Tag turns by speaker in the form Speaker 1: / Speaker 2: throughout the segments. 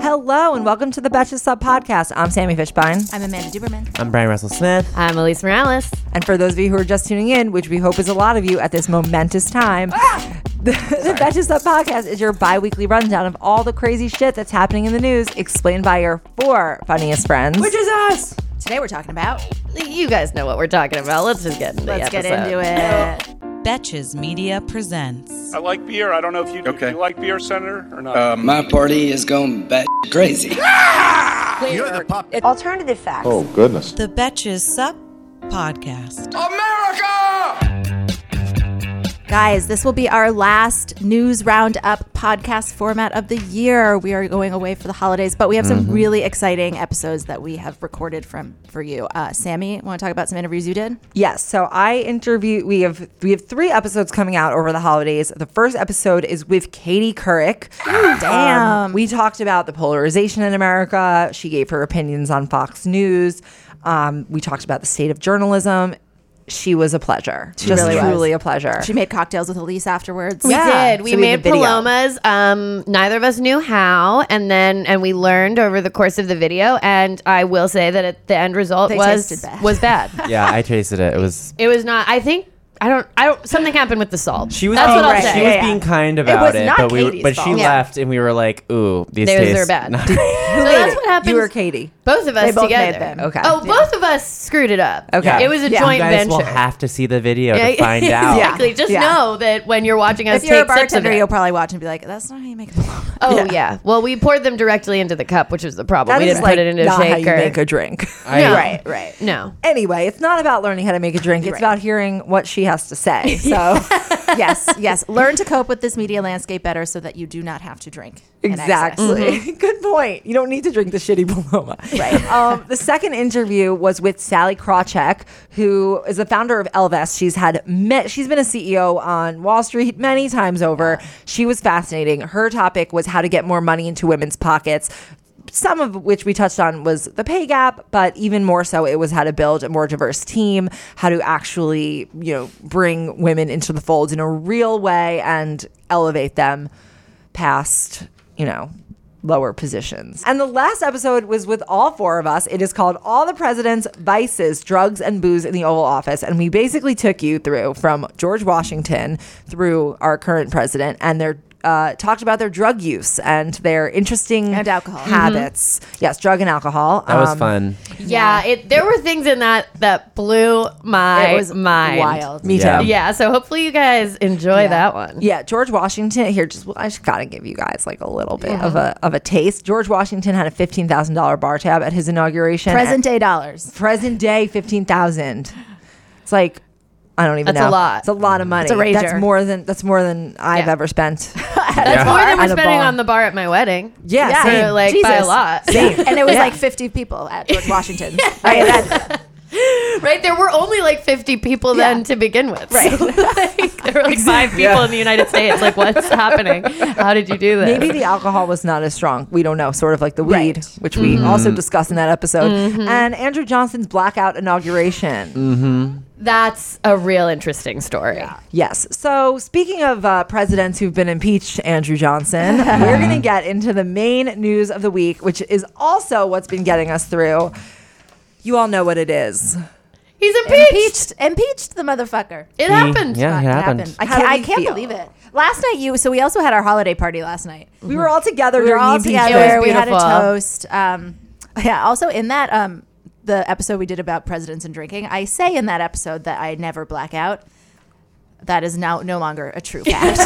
Speaker 1: Hello and welcome to the Betches Sub Podcast. I'm Sammy Fishbein.
Speaker 2: I'm Amanda Duberman.
Speaker 3: I'm Brian Russell Smith.
Speaker 4: I'm Elise Morales.
Speaker 1: And for those of you who are just tuning in, which we hope is a lot of you at this momentous time,
Speaker 2: Ah!
Speaker 1: the, the Betches Up podcast is your bi weekly rundown of all the crazy shit that's happening in the news, explained by your four funniest friends.
Speaker 2: Which is us. Today we're talking about.
Speaker 4: You guys know what we're talking about. Let's just get into
Speaker 2: Let's
Speaker 4: the
Speaker 2: get into it.
Speaker 5: Betches Media presents.
Speaker 6: I like beer. I don't know if you do.
Speaker 7: Okay.
Speaker 6: Do you like beer, Senator, or not?
Speaker 7: Um, my party is going bat crazy.
Speaker 8: You're the pop.
Speaker 9: Alternative facts.
Speaker 10: Oh, goodness.
Speaker 5: The Betches Sup podcast.
Speaker 7: America!
Speaker 2: Guys, this will be our last news roundup podcast format of the year. We are going away for the holidays, but we have some really exciting episodes that we have recorded from for you. Uh, Sammy, want to talk about some interviews you did?
Speaker 1: Yes, so I interview we have we have three episodes coming out over the holidays. The first episode is with Katie Couric. Um,
Speaker 2: damn.
Speaker 1: we talked about the polarization in America. She gave her opinions on Fox News. Um, we talked about the state of journalism. She was a pleasure. She Just
Speaker 2: really was.
Speaker 1: truly a pleasure.
Speaker 2: She made cocktails with Elise afterwards.
Speaker 1: Yeah.
Speaker 4: We did. We
Speaker 1: So we have a
Speaker 4: made
Speaker 1: video.
Speaker 4: palomas. Um, neither of us knew how, and then and we learned over the course of the video. And I will say that at the end result
Speaker 2: They
Speaker 4: was
Speaker 2: tasted bad.
Speaker 4: was bad.
Speaker 3: Yeah, I tasted it. It was.
Speaker 4: it was not. I think I don't. I don't. Something happened with the salt.
Speaker 3: She was.
Speaker 4: That's
Speaker 3: being,
Speaker 4: what I'll
Speaker 3: she
Speaker 4: say.
Speaker 3: was
Speaker 4: Yeah, yeah.
Speaker 3: being kind about
Speaker 4: was
Speaker 3: it,
Speaker 4: not
Speaker 3: but we,
Speaker 4: Katie's
Speaker 3: but she
Speaker 4: fault. Yeah.
Speaker 3: left, and we were like, "Ooh, these
Speaker 4: They're-
Speaker 3: taste
Speaker 4: they're bad.
Speaker 3: Not-
Speaker 4: So that's what happened.
Speaker 1: You were Katie.
Speaker 4: Both of us
Speaker 2: They both
Speaker 4: together.
Speaker 2: made them.
Speaker 1: Okay.
Speaker 4: Oh, both of us screwed it up.
Speaker 1: Okay.
Speaker 4: It was a
Speaker 1: Yeah.
Speaker 4: joint
Speaker 3: you guys
Speaker 4: venture.
Speaker 3: will have to see the video to
Speaker 4: Yeah,
Speaker 3: find out.
Speaker 4: Exactly. Just
Speaker 2: Yeah.
Speaker 4: know that when you're watching us
Speaker 2: If you're a
Speaker 4: take sips of
Speaker 2: bartender,
Speaker 4: it-
Speaker 2: you'll probably watch and be like, "That's not how you make a paloma."
Speaker 4: Oh yeah. Well, we poured them directly into the cup, which was the problem.
Speaker 1: That
Speaker 4: we
Speaker 1: is,
Speaker 4: didn't
Speaker 1: like,
Speaker 4: put it into a
Speaker 1: not
Speaker 4: shaker.
Speaker 1: how you make a drink.
Speaker 4: no.
Speaker 2: Right, right.
Speaker 4: No.
Speaker 1: anyway, it's not about learning how to make a drink. It's about hearing what she has to say. So
Speaker 2: yes, yes. Learn to cope with this media landscape better so that you do not have to drink. in excess.
Speaker 1: exactly, good point. You don't need to drink the shitty Paloma. Right. um, the second interview was with Sally Krawcheck, who is the founder of Elvest. She's had met. She's been a CEO on Wall Street many times over. She was fascinating. Her topic was how to get more money into women's pockets. some of which we touched on was the pay gap, but even more so, it was how to build a more diverse team, how to actually, you know, bring women into the fold in a real way and elevate them past, you know, lower positions. And the last episode was with all four of us. It is called All the President's Vices, Drugs and Booze in the Oval Office. And we basically took you through from George Washington through our current president and their uh, talked about their drug use and their interesting
Speaker 2: And alcohol.
Speaker 1: habits. Mm-hmm. Yes, drug and alcohol. Um,
Speaker 3: That
Speaker 4: Um,
Speaker 3: was fun.
Speaker 4: Yeah. It. There were things in that that blew my
Speaker 2: It was
Speaker 4: mind.
Speaker 2: wild.
Speaker 1: Me
Speaker 3: Yeah.
Speaker 1: too.
Speaker 4: Yeah. So hopefully you guys enjoy that one.
Speaker 1: Yeah, George Washington. Here, just I just gotta give you guys like a little bit of a of a taste. George Washington had a fifteen thousand dollar bar tab at his inauguration.
Speaker 2: Present day dollars.
Speaker 1: present day fifteen thousand. It's like I don't even
Speaker 4: That's a
Speaker 1: know.
Speaker 4: lot.
Speaker 1: It's a lot of money.
Speaker 2: a rager.
Speaker 1: That's more than that's more than I've
Speaker 4: Yeah.
Speaker 1: ever spent.
Speaker 4: That's more than
Speaker 1: At
Speaker 4: we're
Speaker 1: a
Speaker 4: spending
Speaker 1: bar.
Speaker 4: on the bar at my wedding.
Speaker 1: Yeah,
Speaker 4: So,
Speaker 1: same.
Speaker 4: like by a lot.
Speaker 2: And it was like 50 people at George Washington.
Speaker 1: Right, that's-
Speaker 4: right. There were only like 50 people then to begin with. Right. like, there were like five people in the United States. Like what's happening? How did you do this?
Speaker 1: maybe the alcohol was not as strong. We don't know. Sort of like the weed,
Speaker 2: Right.
Speaker 1: which we
Speaker 4: Mm-hmm.
Speaker 1: also discussed in that episode, and Andrew Johnson's blackout inauguration.
Speaker 4: That's a real interesting story.
Speaker 1: Yes. So, speaking of uh, presidents who've been impeached, Andrew Johnson, we're going to get into the main news of the week, which is also what's been getting us through. You all know what it is.
Speaker 4: He's impeached.
Speaker 2: Impeached, impeached the motherfucker.
Speaker 4: It happened.
Speaker 3: Yeah, it
Speaker 2: Fuck,
Speaker 3: happened.
Speaker 2: I
Speaker 1: How do
Speaker 2: can't, I
Speaker 1: we
Speaker 2: can't
Speaker 1: feel?
Speaker 2: believe it. Last night, you. So we also had our holiday party last night.
Speaker 1: We were all together.
Speaker 2: We were
Speaker 1: during
Speaker 2: all
Speaker 1: the
Speaker 2: together.
Speaker 4: It was
Speaker 2: We had a
Speaker 4: beautiful.
Speaker 2: toast. Um, yeah. Also, in that um, the episode we did about presidents and drinking, I say in that episode that I never black out. That is now no longer a true fact.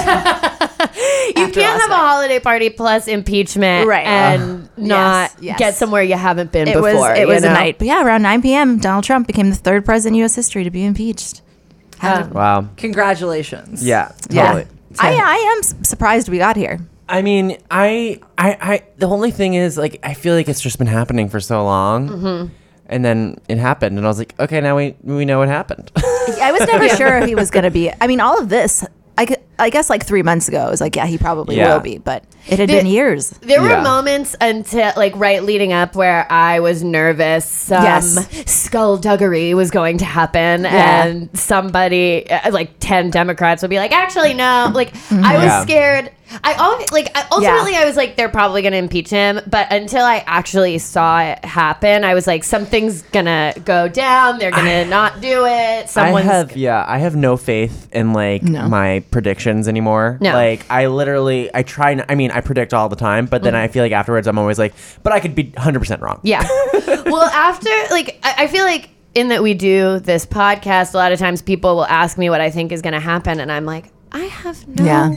Speaker 4: You can't have a holiday party plus impeachment
Speaker 2: Right.
Speaker 4: and not
Speaker 2: Yes, yes.
Speaker 4: get somewhere you haven't been
Speaker 2: it
Speaker 4: before.
Speaker 2: was. It
Speaker 4: you
Speaker 2: was a
Speaker 4: know?
Speaker 2: night. But yeah, around 9 p.m., Donald Trump became the third president in U.S. history to be impeached.
Speaker 4: Uh,
Speaker 3: Wow.
Speaker 1: Congratulations.
Speaker 3: Yeah.
Speaker 2: Yeah.
Speaker 3: Totally.
Speaker 1: to.
Speaker 11: I, I am s- surprised we got here.
Speaker 3: I mean, I, I, I. The only thing is, like, I feel like it's just been happening for so long,
Speaker 4: Mm-hmm.
Speaker 3: and then it happened, and I was like, okay, now we we know what happened.
Speaker 11: I was never sure he was going to be. I mean, all of this, I, gu- I guess like three months ago, I was like, yeah, he probably
Speaker 3: Yeah.
Speaker 11: will be, but it had
Speaker 4: The-
Speaker 11: been years.
Speaker 4: There
Speaker 3: Yeah.
Speaker 4: were moments until like right leading up where I was nervous. Some
Speaker 11: Yes.
Speaker 4: skullduggery was going to happen,
Speaker 11: Yeah.
Speaker 4: and somebody uh, like ten Democrats would be like, "Actually, no." Like
Speaker 2: Mm-hmm.
Speaker 4: I was
Speaker 3: Yeah.
Speaker 4: scared. I always, like I- ultimately
Speaker 11: Yeah.
Speaker 4: I was like, "They're probably going to impeach him," but until I actually saw it happen, I was like, "Something's gonna go down. They're gonna not do it.
Speaker 3: I
Speaker 4: Someone's."
Speaker 3: have yeah, I have no faith in like my predictions anymore.
Speaker 4: No.
Speaker 3: Like I literally I try n- I mean I predict all the time, but
Speaker 4: Mm-hmm.
Speaker 3: then I feel like afterwards I'm always like, but I could be 100% wrong.
Speaker 4: Yeah. well, after like I, I feel like in that we do this podcast, a lot of times people will ask me what I think is going to happen, and I'm like, I have no
Speaker 11: Yeah.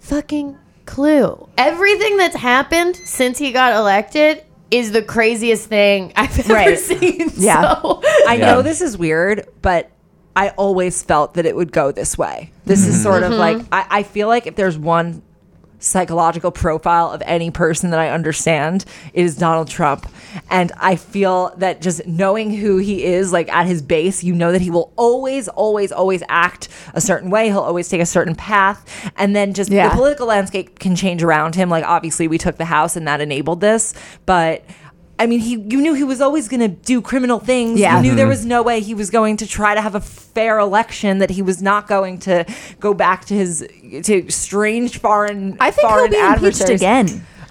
Speaker 4: fucking clue. Everything that's happened since he got elected is the craziest thing I've ever
Speaker 11: Right.
Speaker 4: seen.
Speaker 11: Yeah.
Speaker 4: So.
Speaker 1: I
Speaker 3: Yeah.
Speaker 1: know this is weird, but I always felt that it would go this way. This is sort of like I, I feel like if there's one psychological profile of any person that I understand, it is Donald Trump. And I feel that just knowing who he is, like at his base, you know that he will always, always, always act a certain way. He'll always take a certain path. And then just
Speaker 11: Yeah.
Speaker 1: the political landscape can change around him. Like obviously we took the House and that enabled this. But I mean, he you knew he was always going to do criminal things.
Speaker 11: Yeah. Mm-hmm.
Speaker 1: You knew there was no way he was going to try to have a fair election. That he was not going to go back to his to strange foreign.
Speaker 11: I think he'll
Speaker 1: foreign
Speaker 11: be impeached
Speaker 1: adversaries.
Speaker 11: again.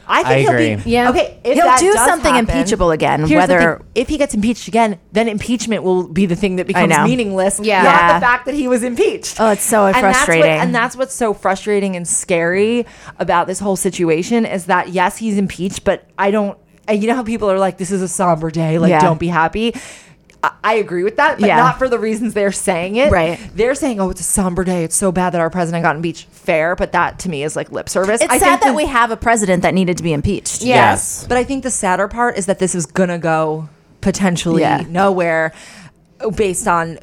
Speaker 1: I think
Speaker 3: I
Speaker 1: he'll
Speaker 3: agree.
Speaker 1: be.
Speaker 4: Yeah.
Speaker 1: Okay. If
Speaker 11: He'll
Speaker 1: that
Speaker 11: do
Speaker 1: does
Speaker 11: something
Speaker 1: happen-
Speaker 11: impeachable again,
Speaker 1: Here's the
Speaker 11: whether-
Speaker 1: thing. if he gets impeached again, then impeachment will be the thing that becomes
Speaker 11: know.
Speaker 1: meaningless.
Speaker 4: Yeah.
Speaker 1: Not
Speaker 11: Yeah.
Speaker 1: the fact that he was impeached.
Speaker 11: Oh, it's so
Speaker 1: And that's what-
Speaker 11: frustrating.
Speaker 1: and that's what's so frustrating and scary about this whole situation is that yes, he's impeached, but I don't. And you know how people are like, "This is a somber day. Like,
Speaker 11: Yeah.
Speaker 1: don't be happy." I- I agree with that, but
Speaker 11: Yeah.
Speaker 1: not for the reasons they're saying it.
Speaker 11: Right.
Speaker 1: They're saying, "Oh, it's a somber day. It's so bad that our president got impeached." Fair, but that to me is like lip service.
Speaker 11: It's
Speaker 1: I
Speaker 11: sad
Speaker 1: think
Speaker 11: that
Speaker 1: the-
Speaker 11: we have a president that needed to be impeached.
Speaker 3: Yes.
Speaker 1: but I think the sadder part is that this is gonna go potentially
Speaker 11: Yeah.
Speaker 1: nowhere uh, based on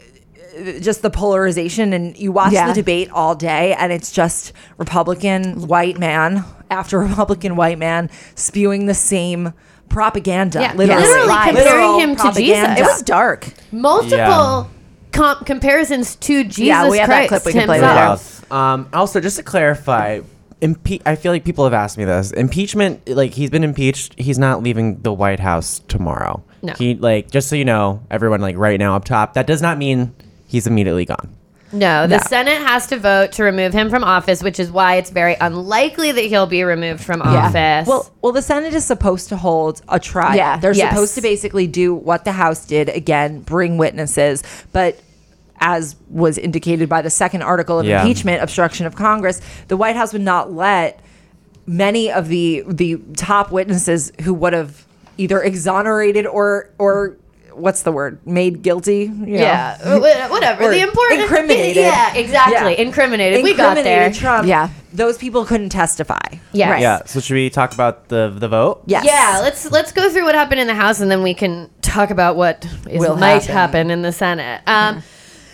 Speaker 1: uh, just the polarization and you watch
Speaker 11: Yeah.
Speaker 1: the debate all day and it's just Republican white man after Republican white man spewing the same propaganda.
Speaker 4: Yeah.
Speaker 1: Literally,
Speaker 4: Literally
Speaker 1: Lies.
Speaker 4: comparing
Speaker 1: Literal
Speaker 4: him to
Speaker 1: propaganda.
Speaker 11: It
Speaker 4: Jesus.
Speaker 11: was dark.
Speaker 4: Multiple
Speaker 3: Yeah.
Speaker 4: com- comparisons to Jesus
Speaker 11: we have that
Speaker 4: Christ
Speaker 11: clip we can play
Speaker 4: himself.
Speaker 11: later.
Speaker 3: Um, also, just to clarify, impe- I feel like people have asked me this. Impeachment, like he's been impeached. He's not leaving the White House tomorrow.
Speaker 4: No.
Speaker 3: He like just so you know, everyone like right now up top. That does not mean he's immediately gone.
Speaker 4: No, the Senate has to vote to remove him from office, which is why it's very unlikely that he'll be removed from office.
Speaker 1: Well, well, the Senate is supposed to hold a trial.
Speaker 11: Yeah.
Speaker 1: they're
Speaker 4: Yes.
Speaker 1: supposed to basically do what the House did again, bring witnesses, but. As was indicated by the second article of
Speaker 3: Yeah.
Speaker 1: impeachment, obstruction of Congress, the White House would not let many of the the top witnesses who would have either exonerated or or what's the word made guilty, you know,
Speaker 4: yeah, wh- whatever.
Speaker 1: Or
Speaker 4: the important
Speaker 1: incriminated.
Speaker 4: Yeah, exactly.
Speaker 1: Yeah.
Speaker 4: Incriminated. We got there.
Speaker 1: incriminated Trump,
Speaker 11: Yeah.
Speaker 1: those people couldn't testify.
Speaker 4: Yes.
Speaker 11: Right.
Speaker 3: Yeah. So should we talk about the the vote?
Speaker 1: Yes.
Speaker 4: Yeah, let's let's go through what happened in the House, and then we can talk about what is,
Speaker 1: Will happen.
Speaker 4: might
Speaker 1: Mm-hmm.
Speaker 4: happen. in the Senate. Um,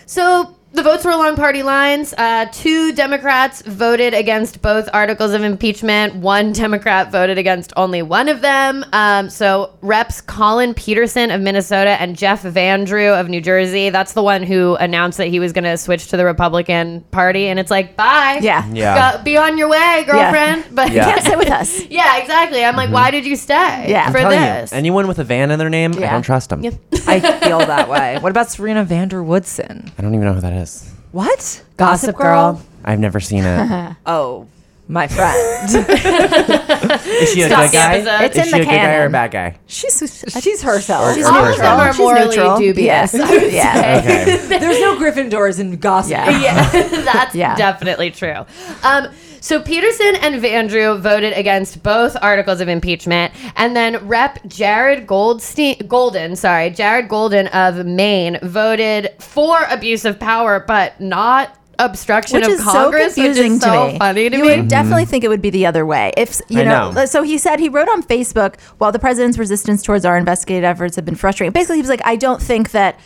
Speaker 4: So the votes were along party lines. Uh, two Democrats voted against both articles of impeachment. One Democrat voted against only one of them. Um, so Reps Colin Peterson of Minnesota and Jeff Vandrew of New Jersey. That's the one who announced that he was going to switch to the Republican Party, and it's like, bye.
Speaker 11: Yeah.
Speaker 3: Yeah.
Speaker 4: Go- be on your way, girlfriend. But
Speaker 3: Yeah.
Speaker 11: Can't sit with us.
Speaker 4: yeah, exactly. I'm like, why did you stay?
Speaker 11: Yeah. I'm
Speaker 4: for
Speaker 3: telling you,
Speaker 4: this.
Speaker 3: anyone with a van in their name, I
Speaker 11: Yeah.
Speaker 3: don't trust them.
Speaker 1: I feel that way. What about Serena Vander Woodson?
Speaker 3: I don't even know who that is.
Speaker 1: What?
Speaker 4: Gossip Girl?
Speaker 3: I've never seen it.
Speaker 1: Oh, my friend.
Speaker 3: is she a
Speaker 4: Stop
Speaker 3: good
Speaker 4: the
Speaker 3: guy?
Speaker 4: episode.
Speaker 11: It's
Speaker 3: is
Speaker 11: in
Speaker 3: she
Speaker 11: the
Speaker 3: a good guy or a
Speaker 11: canon.
Speaker 3: bad guy?
Speaker 11: She's
Speaker 1: She's herself.
Speaker 3: She's
Speaker 4: All of
Speaker 3: neutral.
Speaker 4: them are
Speaker 11: She's
Speaker 4: morally
Speaker 11: neutral.
Speaker 4: dubious.
Speaker 11: Yeah.
Speaker 4: I would
Speaker 11: Yeah.
Speaker 4: say.
Speaker 3: Okay.
Speaker 1: There's no Gryffindors in Gossip.
Speaker 11: Yeah.
Speaker 1: Girl.
Speaker 4: yeah, that's
Speaker 11: Yeah.
Speaker 4: definitely true. Um, so Peterson and Vandrew voted against both articles of impeachment, and then Rep. Jared Goldstein, Golden, sorry, Jared Golden of Maine voted for abuse of power, but not obstruction
Speaker 11: Which
Speaker 4: of
Speaker 11: is so
Speaker 4: Congress,
Speaker 11: confusing
Speaker 4: which is
Speaker 11: to
Speaker 4: so
Speaker 11: me.
Speaker 4: funny to
Speaker 11: you
Speaker 4: me.
Speaker 11: would definitely think it would be the other way. If you
Speaker 3: I
Speaker 11: know,
Speaker 3: know.
Speaker 11: so he said he wrote on Facebook while the president's resistance towards our investigative efforts have been frustrating. Basically, he was like, I don't think that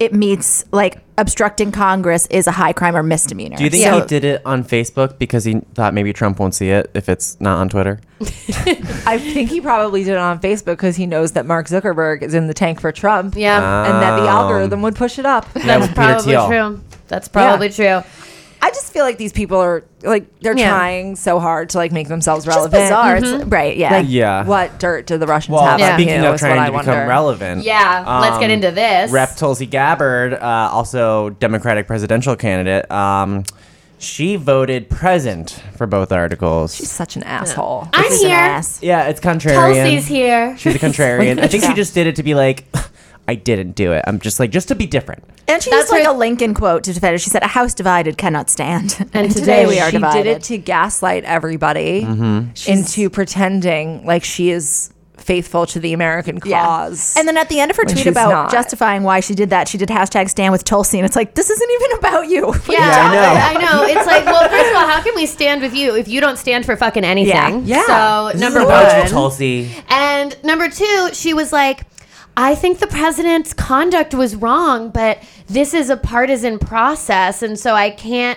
Speaker 11: it meets like obstructing Congress is a high crime or misdemeanor.
Speaker 3: Do you think
Speaker 11: So-
Speaker 3: he did it on Facebook because he thought maybe Trump won't see it if it's not on Twitter?
Speaker 1: I think he probably did it on Facebook because he knows that Mark Zuckerberg is in the tank for Trump.
Speaker 4: Yeah.
Speaker 1: And that the
Speaker 3: Um,
Speaker 1: algorithm would push it up.
Speaker 3: Yeah,
Speaker 4: That's
Speaker 3: with Peter
Speaker 4: probably
Speaker 3: Thiel.
Speaker 4: true. That's probably true.
Speaker 1: I just feel like these people are like they're
Speaker 4: Yeah. Mm-hmm.
Speaker 1: trying so hard to like make
Speaker 11: It's
Speaker 1: themselves
Speaker 11: just
Speaker 1: relevant.
Speaker 11: bizarre. It's- right? Yeah.
Speaker 3: Like, Yeah.
Speaker 1: What dirt do the Russians
Speaker 3: Well,
Speaker 1: have
Speaker 4: Yeah.
Speaker 1: on you?
Speaker 3: speaking of
Speaker 1: Is what
Speaker 3: trying
Speaker 1: I
Speaker 3: to
Speaker 1: wonder.
Speaker 3: become relevant. um,
Speaker 4: Yeah, let's get into this.
Speaker 3: Rep Tulsi Gabbard, uh, also Democratic presidential candidate, um, she voted present for both articles.
Speaker 1: She's such an asshole.
Speaker 4: I'm
Speaker 11: This is an
Speaker 4: here.
Speaker 11: ass.
Speaker 3: yeah, it's contrarian.
Speaker 4: Tulsi's here.
Speaker 3: She's a contrarian. I think she just did it to be like, I didn't do it. I'm just like, just to be different.
Speaker 11: And she
Speaker 4: That's
Speaker 11: used like
Speaker 4: her-
Speaker 11: a Lincoln quote to defend it. She said, "A house divided cannot stand."
Speaker 4: And
Speaker 11: today we are
Speaker 1: she
Speaker 11: divided.
Speaker 1: did it to gaslight everybody
Speaker 3: Mm-hmm.
Speaker 1: into pretending like she is faithful to the American cause.
Speaker 11: And then at the end of her
Speaker 1: When
Speaker 11: tweet
Speaker 1: she's
Speaker 11: about
Speaker 1: not.
Speaker 11: justifying why she did that, she did hashtag stand with Tulsi. And it's like, this isn't even about you.
Speaker 4: Yeah, I, know. It's like, well, first of all, how can we stand with you if you don't stand for fucking anything?
Speaker 1: Yeah.
Speaker 4: So
Speaker 3: This
Speaker 4: number
Speaker 3: is about
Speaker 4: one,
Speaker 3: you, Tulsi.
Speaker 4: and number two, she was like. I think the president's conduct was wrong, but this is a partisan process, and so I can't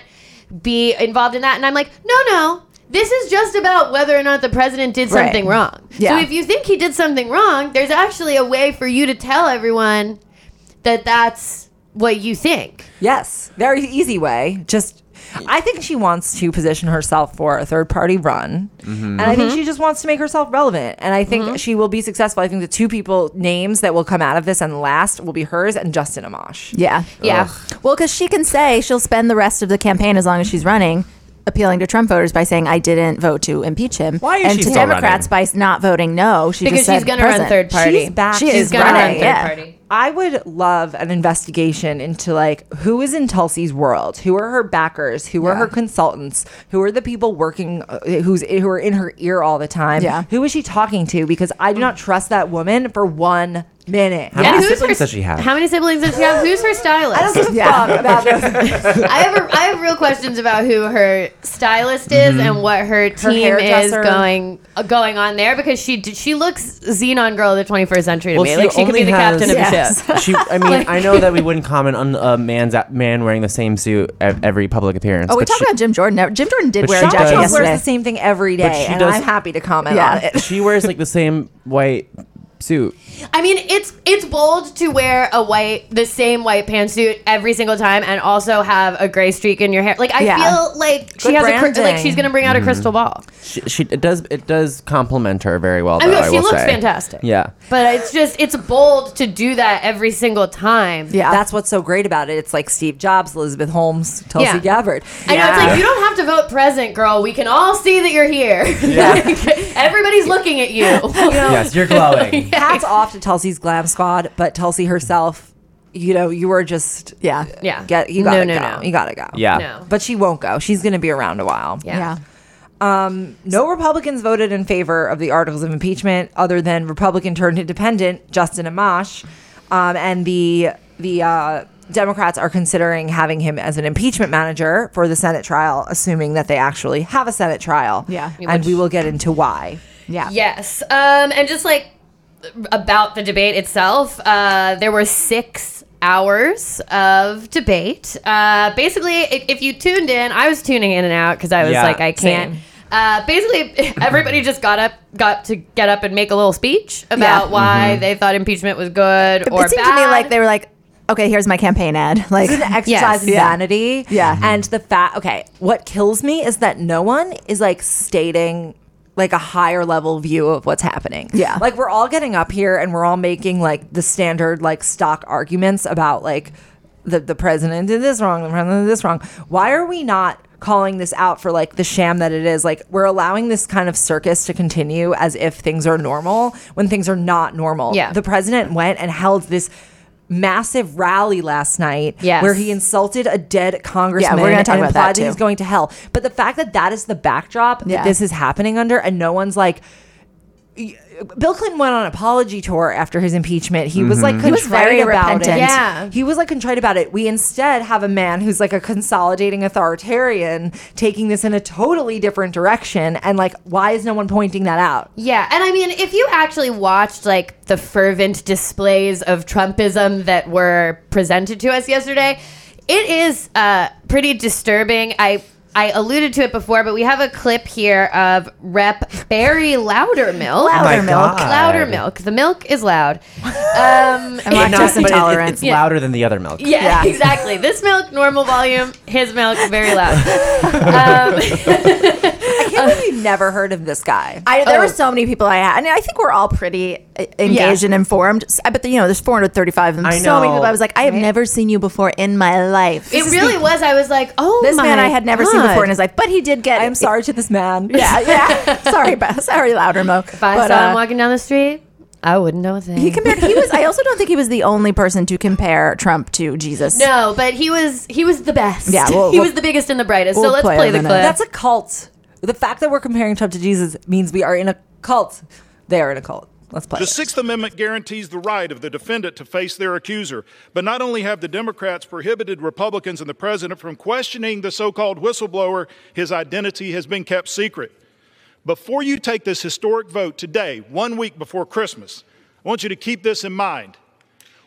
Speaker 4: be involved in that. And I'm like, no, no, this is just about whether or not the president did
Speaker 11: Right.
Speaker 4: something wrong.
Speaker 11: Yeah.
Speaker 4: So if you think he did something wrong, there's actually a way for you to tell everyone that that's what you think.
Speaker 1: Yes, very easy way. Just, I think she wants to position herself for a third party run,
Speaker 11: Mm-hmm.
Speaker 1: and I think she just wants to make herself relevant. And I think she will be successful. I think the two people names that will come out of this and last will be hers and Justin Amash.
Speaker 11: Yeah.
Speaker 4: Yeah.
Speaker 11: Well, because she can say she'll spend the rest of the campaign as long as she's running appealing to Trump voters by saying, I didn't vote to impeach him.
Speaker 3: Why is
Speaker 11: and
Speaker 3: she
Speaker 11: to
Speaker 3: still
Speaker 11: Democrats by not voting no. She
Speaker 4: Because
Speaker 11: just said
Speaker 4: she's going to run
Speaker 11: present.
Speaker 4: third party.
Speaker 1: She's back.
Speaker 11: She
Speaker 4: She's
Speaker 11: is
Speaker 4: gonna run
Speaker 11: running,
Speaker 4: third
Speaker 11: yeah.
Speaker 4: party.
Speaker 1: I would love an investigation into like who is in Tulsi's world, who are her backers, who are her consultants, who are the people working, uh, who's who are in her ear all the time.
Speaker 11: Yeah.
Speaker 1: who is she talking to? Because I do not trust that woman for one minute.
Speaker 3: How many
Speaker 4: who's
Speaker 3: siblings
Speaker 4: her-
Speaker 3: does she have?
Speaker 4: How many siblings does she have? Who's her stylist? I,
Speaker 1: Fuck about those-
Speaker 4: have a, I have real questions about who her stylist is
Speaker 3: Mm-hmm.
Speaker 4: and what her team is
Speaker 1: hairdresser.
Speaker 4: going uh, going on there because she d- she looks xenon girl of the 21st century to
Speaker 3: Well,
Speaker 4: me.
Speaker 3: she
Speaker 4: Like she could be
Speaker 3: only
Speaker 4: the
Speaker 3: has-
Speaker 4: captain
Speaker 11: Yes.
Speaker 4: of the ship.
Speaker 3: She, I mean, I know that we wouldn't comment on a man's man wearing the same suit at every public appearance.
Speaker 11: Oh, we
Speaker 3: but
Speaker 11: talked
Speaker 3: she,
Speaker 11: about Jim Jordan. Now, Jim Jordan did
Speaker 3: But
Speaker 11: wear
Speaker 3: she
Speaker 11: a jacket
Speaker 3: does-
Speaker 1: She
Speaker 11: yesterday.
Speaker 1: wears the same thing every
Speaker 3: But
Speaker 1: day,
Speaker 3: she
Speaker 1: and
Speaker 3: does-
Speaker 1: I'm happy to comment
Speaker 11: Yeah.
Speaker 1: on it.
Speaker 3: She wears like the same white suit.
Speaker 4: I mean, it's it's bold to wear a white the same white pantsuit every single time and also have a gray streak in your hair. Like I
Speaker 11: Yeah.
Speaker 4: feel like she
Speaker 1: Good
Speaker 4: has a cr-
Speaker 1: branding.
Speaker 4: like she's going to bring out
Speaker 3: Mm-hmm.
Speaker 4: a crystal ball.
Speaker 3: She, she it does it does compliment her very well.
Speaker 4: I
Speaker 3: though,
Speaker 4: mean, she
Speaker 3: will
Speaker 4: looks
Speaker 3: say.
Speaker 4: fantastic.
Speaker 3: Yeah.
Speaker 4: But it's just it's bold to do that every single time.
Speaker 11: Yeah.
Speaker 1: That's what's so great about it. It's like Steve Jobs, Elizabeth Holmes, Tulsi
Speaker 4: Yeah.
Speaker 1: Gabbard.
Speaker 4: I know it's like you don't have to vote present, girl. We can all see that you're here. Like, everybody's looking at you.
Speaker 3: Yes, you're glowing.
Speaker 1: Hats off to Tulsi's glam squad, but Tulsi herself, you know, you were just
Speaker 11: yeah.
Speaker 4: Yeah.
Speaker 1: get you
Speaker 4: No,
Speaker 1: gotta
Speaker 4: no,
Speaker 1: go,
Speaker 4: no.
Speaker 1: you gotta go.
Speaker 3: Yeah.
Speaker 4: No.
Speaker 1: but she won't go. She's gonna be around a while.
Speaker 4: Yeah.
Speaker 11: Yeah.
Speaker 1: Um, no Republicans voted in favor of the articles of impeachment, other than Republican turned independent Justin Amash, um, and the the uh, Democrats are considering having him as an impeachment manager for the Senate trial, assuming that they actually have a Senate trial.
Speaker 11: Yeah.
Speaker 1: and we will get into why.
Speaker 11: Yeah.
Speaker 4: Yes. Um, and just like about the debate itself, uh, there were six hours of debate. Uh, basically, i- if you tuned in, I was tuning in and out because I was
Speaker 3: Yeah,
Speaker 4: like, I can't. Uh, basically, everybody just got up, got to get up and make a little speech about
Speaker 11: Yeah. Mm-hmm.
Speaker 4: why they thought impeachment was good or
Speaker 11: it seemed
Speaker 4: bad.
Speaker 11: to me like they were like, okay, here's my campaign ad. Like,
Speaker 1: It's an exercise in
Speaker 11: Yeah.
Speaker 1: vanity.
Speaker 11: Yeah. Mm-hmm.
Speaker 1: And the fact, okay, what kills me is that no one is like stating like a higher level view of what's happening.
Speaker 11: Yeah.
Speaker 1: Like we're all getting up here and we're all making like the standard like stock arguments about like the, the president did this wrong, the president did this wrong. Why are we not calling this out for like the sham that it is? Like we're allowing this kind of circus to continue as if things are normal when things are not normal.
Speaker 4: Yeah.
Speaker 1: The president went and held this massive rally last night
Speaker 4: Yes.
Speaker 1: where he insulted a dead congressman
Speaker 11: Yeah, we're gonna talk
Speaker 1: and
Speaker 11: about
Speaker 1: implied
Speaker 11: that,
Speaker 1: he's
Speaker 11: too.
Speaker 1: going to hell. But the fact that that is the backdrop
Speaker 11: Yeah.
Speaker 1: that this is happening under and no one's like Bill Clinton went on an apology tour after his impeachment. He was like contrite
Speaker 2: was very
Speaker 1: about it.
Speaker 4: Mm-hmm.
Speaker 2: repentant.
Speaker 4: Yeah.
Speaker 1: He was like contrite about it. We instead have a man who's like a consolidating authoritarian taking this in a totally different direction. And like, why is no one pointing that out?
Speaker 4: Yeah, and I mean, if you actually watched like the fervent displays of Trumpism that were presented to us yesterday, it is uh, pretty disturbing. I I alluded to it before, but we have a clip here of Rep. Barry Loudermilk.
Speaker 3: my God.
Speaker 4: Loudermilk. The milk is loud. Um,
Speaker 2: I'm lactose
Speaker 3: but it- it-
Speaker 2: intolerant.
Speaker 3: it's louder than the other milk.
Speaker 4: yeah, exactly. This milk, normal volume. His milk, very loud. Um,
Speaker 1: I can't believe you've never heard of this guy.
Speaker 2: I, there
Speaker 4: Oh.
Speaker 2: were so many people I had. I mean, I think we're all pretty uh, engaged and informed. S- But you know, there's 435 of them.
Speaker 3: I
Speaker 2: So many
Speaker 3: know.
Speaker 2: people. I was like, I have never seen you before in my life.
Speaker 4: It really was. I was like, oh,
Speaker 2: This
Speaker 4: my
Speaker 2: man I had never seen
Speaker 4: God.
Speaker 2: before in his life, but he did get.
Speaker 1: I'm sorry to this man.
Speaker 2: Yeah, yeah. sorry, Beth. Sorry, louder, Mo.
Speaker 4: If I
Speaker 2: But,
Speaker 4: saw
Speaker 2: uh,
Speaker 4: him walking down the street, I wouldn't know a thing.
Speaker 2: he compared. He was. I also don't think he was the only person to compare Trump to Jesus.
Speaker 4: No, but he was he was the best.
Speaker 2: Yeah, we'll-
Speaker 4: he
Speaker 2: we'll-
Speaker 4: was the biggest and the brightest. so
Speaker 2: we'll
Speaker 4: let's play,
Speaker 2: play
Speaker 4: the
Speaker 2: it in
Speaker 4: clip.
Speaker 2: a minute.
Speaker 1: That's a cult. The fact that we're comparing Trump to Jesus means we are in a cult. They are in a cult. Let's play.
Speaker 6: The
Speaker 1: it.
Speaker 6: Sixth Amendment guarantees the right of the defendant to face their accuser. But not only have the Democrats prohibited Republicans and the president from questioning the so called whistleblower, his identity has been kept secret. Before you take this historic vote today, one week before Christmas, I want you to keep this in mind.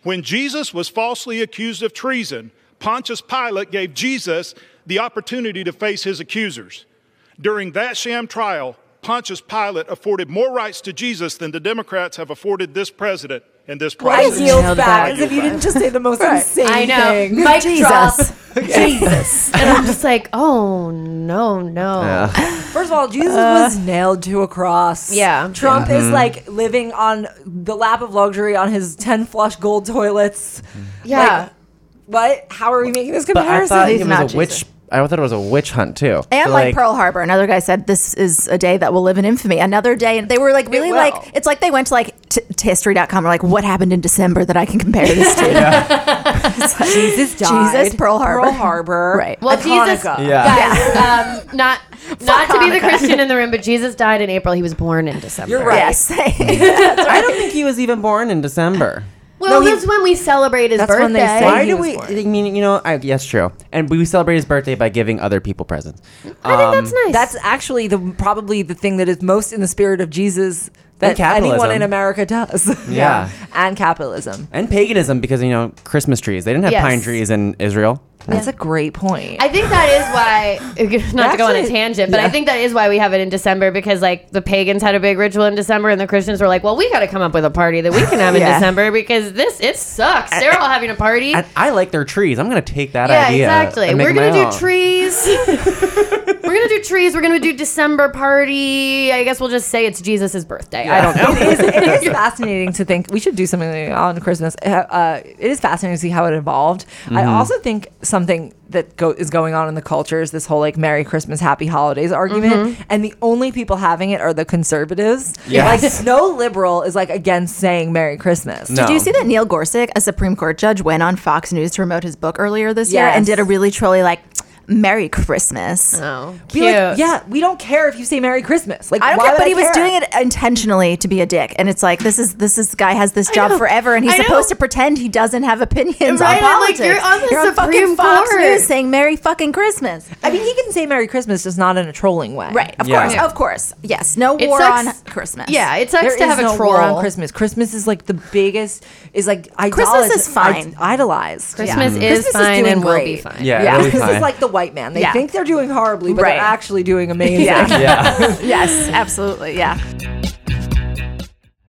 Speaker 6: When Jesus was falsely accused of treason, Pontius Pilate gave Jesus the opportunity to face his accusers. During that sham trial, Pontius Pilate afforded more rights to Jesus than the Democrats have afforded this president and this
Speaker 1: I
Speaker 6: president.
Speaker 1: yield back as if you didn't just say the most insane
Speaker 4: I know.
Speaker 1: thing.
Speaker 4: Mike
Speaker 2: Jesus.
Speaker 4: drop. Jesus. and I'm just like, oh no, no. Uh,
Speaker 1: First of all, Jesus was nailed to a cross.
Speaker 4: Yeah.
Speaker 1: Trump is
Speaker 3: Mm-hmm.
Speaker 1: like living on the lap of luxury on his 10 flush gold toilets.
Speaker 4: Yeah.
Speaker 1: What? How are we making this
Speaker 3: But I
Speaker 1: comparison?
Speaker 3: thought it
Speaker 2: He's
Speaker 3: was
Speaker 2: not
Speaker 3: a witch.
Speaker 2: Jesus.
Speaker 3: I thought it was a witch hunt too.
Speaker 2: And
Speaker 3: So,
Speaker 2: like, Pearl Harbor, another guy said, "This is a day that will live in infamy." Another day, and they were like, really
Speaker 1: will.
Speaker 2: like, it's like they went to like t- to history.com. Or like, what happened in December that I can compare this to?
Speaker 1: Jesus died.
Speaker 2: Jesus, Pearl Harbor.
Speaker 1: Pearl Harbor.
Speaker 2: Right.
Speaker 4: Well, Jesus,
Speaker 1: Hanukkah.
Speaker 3: Yeah.
Speaker 4: guys, um, not not to be the
Speaker 2: Hanukkah.
Speaker 4: Christian in the room, but Jesus died in April. He was born in December.
Speaker 1: You're right.
Speaker 2: Yes.
Speaker 3: I don't think he was even born in December.
Speaker 4: Well,
Speaker 1: No, he-
Speaker 4: that's when we celebrate his
Speaker 1: That's
Speaker 4: birthday.
Speaker 1: when they say-
Speaker 3: Why
Speaker 1: he
Speaker 3: do
Speaker 1: was
Speaker 3: we? I mean, you know, I, yes, true. And we celebrate his birthday by giving other people presents.
Speaker 4: I think
Speaker 3: Um,
Speaker 4: that's nice.
Speaker 1: That's actually the probably the thing that is most in the spirit of Jesus that
Speaker 3: capitalism.
Speaker 1: anyone in America does.
Speaker 3: Yeah.
Speaker 1: And capitalism.
Speaker 3: and paganism because you know Christmas trees. They didn't have
Speaker 4: Yes.
Speaker 3: pine trees in Israel.
Speaker 1: That's a great point.
Speaker 4: I think that is why, not to go on a
Speaker 1: Actually-
Speaker 4: tangent, but I think that is why we have it in December because like the pagans had a big ritual in December and the Christians were like, well, we got to come up with a party that we can have in
Speaker 2: Yeah.
Speaker 4: December because this, it sucks. They're all having a party.
Speaker 3: And I like their trees. I'm gonna take that
Speaker 4: yeah,
Speaker 3: idea.
Speaker 4: exactly.
Speaker 3: and make
Speaker 4: We're
Speaker 3: my
Speaker 4: going to
Speaker 3: own.
Speaker 4: do trees. we're going to do trees. We're going to do December party. I guess we'll just say it's Jesus' birthday. I don't know.
Speaker 1: it is, it is fascinating to think we should do something on Christmas. Uh, uh, it is fascinating to see how it evolved.
Speaker 4: Mm-hmm.
Speaker 1: I also think something that go- is going on in the culture is this whole like Merry Christmas, Happy Holidays argument,
Speaker 4: Mm-hmm.
Speaker 1: and the only people having it are the conservatives.
Speaker 3: Yes.
Speaker 1: Like no liberal is like against saying Merry Christmas.
Speaker 3: No.
Speaker 2: Did you see that Neil Gorsuch, a Supreme Court judge, went on Fox News to promote his book earlier this year
Speaker 1: Yes.
Speaker 2: and did a really trolly like "Merry Christmas."
Speaker 4: Oh,
Speaker 1: Be
Speaker 4: cute.
Speaker 1: like, yeah, we don't care if you say Merry Christmas. Like,
Speaker 2: I don't
Speaker 1: why
Speaker 2: care,
Speaker 1: would
Speaker 2: but he was
Speaker 1: care?
Speaker 2: doing it intentionally to be a dick, and it's like this is this is guy has this job
Speaker 4: know.
Speaker 2: forever, and he's
Speaker 4: I know.
Speaker 2: supposed to pretend he doesn't have opinions
Speaker 4: Right,
Speaker 2: on
Speaker 4: I'm like,
Speaker 2: politics.
Speaker 4: you're on the Supreme
Speaker 2: fucking Fox
Speaker 4: Court.
Speaker 2: News saying "Merry fucking Christmas."
Speaker 1: I mean, he can say Merry Christmas, just not in a trolling way.
Speaker 2: Right, of
Speaker 3: Yeah.
Speaker 2: course, of course, yes, no
Speaker 4: It
Speaker 2: war
Speaker 4: sucks-
Speaker 2: on Christmas.
Speaker 4: Yeah, it sucks
Speaker 1: There is
Speaker 4: to have
Speaker 1: no
Speaker 4: a troll.
Speaker 1: war on Christmas. Christmas is like the biggest. Is like
Speaker 2: Christmas
Speaker 1: idolized-
Speaker 2: is fine.
Speaker 1: I- idolized.
Speaker 4: Christmas is fine
Speaker 1: doing
Speaker 4: and will
Speaker 1: great.
Speaker 4: be fine.
Speaker 3: Yeah,
Speaker 1: Yeah,
Speaker 3: it'll be
Speaker 1: this
Speaker 3: fine.
Speaker 1: is like the white man. They
Speaker 2: Yeah.
Speaker 1: think they're doing horribly, but
Speaker 2: Right.
Speaker 1: they're actually doing amazing.
Speaker 3: yeah.
Speaker 2: yes, absolutely, yeah.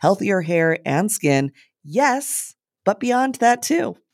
Speaker 7: healthier hair and skin. Yes, but beyond that too.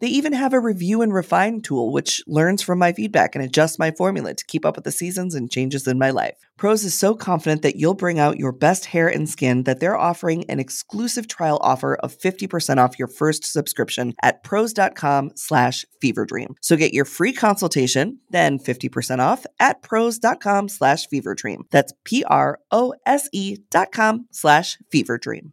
Speaker 7: They even have a review and refine tool, which learns from my feedback and adjusts my formula to keep up with the seasons and changes in my life. Pros is so confident that you'll bring out your best hair and skin that they're offering an exclusive trial offer of 50% off your first subscription at pros.com slash feverdream. So get your free consultation, then 50% off at pros.com slash feverdream. That's P-R-O-S-E E dot com slash feverdream.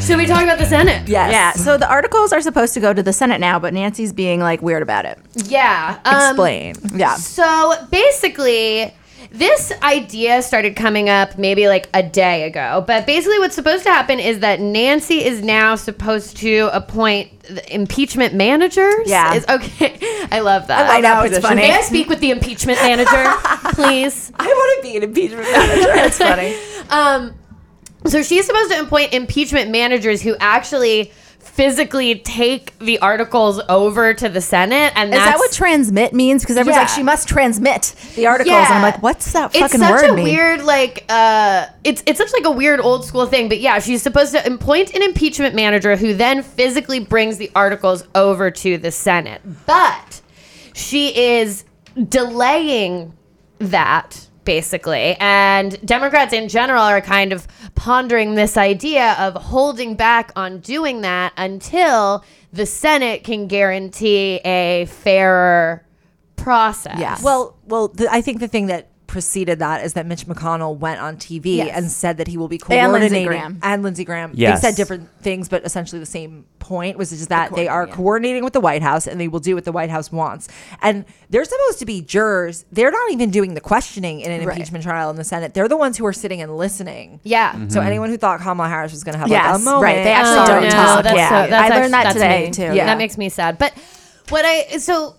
Speaker 4: Should we talk about the Senate?
Speaker 1: Yes.
Speaker 11: Yeah. So the articles are supposed to go to the Senate now, but Nancy's being like weird about it.
Speaker 4: Yeah. um,
Speaker 1: Explain. yeah.
Speaker 4: So basically, this idea started coming up maybe like a day ago. But basically, what's supposed to happen is that Nancy is now supposed to appoint the impeachment managers.
Speaker 1: Yeah.
Speaker 4: Is, okay. I love that.
Speaker 1: I love I know, that it's position. funny.
Speaker 4: May I speak with the impeachment manager? please.
Speaker 1: I want to be an impeachment manager. That's funny.
Speaker 4: Um, so she's supposed to appoint impeachment managers who actually physically take the articles over to the Senate, and
Speaker 2: Is
Speaker 4: that's
Speaker 2: that what transmit means? Because everyone's like,
Speaker 4: Yeah.
Speaker 2: she must transmit the articles. And
Speaker 4: Yeah.
Speaker 2: I'm like, what's that
Speaker 4: it's
Speaker 2: fucking
Speaker 4: such
Speaker 2: word
Speaker 4: a
Speaker 2: mean?
Speaker 4: weird like uh it's it's such like a weird old school thing but yeah she's supposed to appoint an impeachment manager who then physically brings the articles over to the senate but she is delaying that basically and democrats in general are kind of pondering this idea of holding back on doing that until the senate can guarantee a fairer process
Speaker 1: Yeah. Well, well, the, I think the thing that preceded that is that Mitch McConnell went on TV
Speaker 2: Yes.
Speaker 1: and said that he will be
Speaker 2: And Lindsey
Speaker 1: coordinating
Speaker 2: Graham.
Speaker 1: and Lindsey Graham.
Speaker 3: Yes.
Speaker 1: They said different things, but essentially the same point was just that they are coordinating with the White House and they will do what the White House wants. And they're supposed to be jurors. They're not even doing the questioning in an
Speaker 2: Right.
Speaker 1: impeachment trial in the Senate. They're the ones who are sitting and listening.
Speaker 4: yeah
Speaker 1: So anyone who thought Kamala Harris was going to have like
Speaker 2: Yes,
Speaker 1: a moment,
Speaker 2: right. They actually
Speaker 4: Oh,
Speaker 2: don't
Speaker 4: no,
Speaker 2: talk.
Speaker 4: That's
Speaker 2: Yeah.
Speaker 4: so, that's
Speaker 2: I
Speaker 4: actu-
Speaker 2: learned that
Speaker 4: that's
Speaker 2: today,
Speaker 4: me.
Speaker 2: too.
Speaker 1: Yeah.
Speaker 4: That makes me sad. But what I so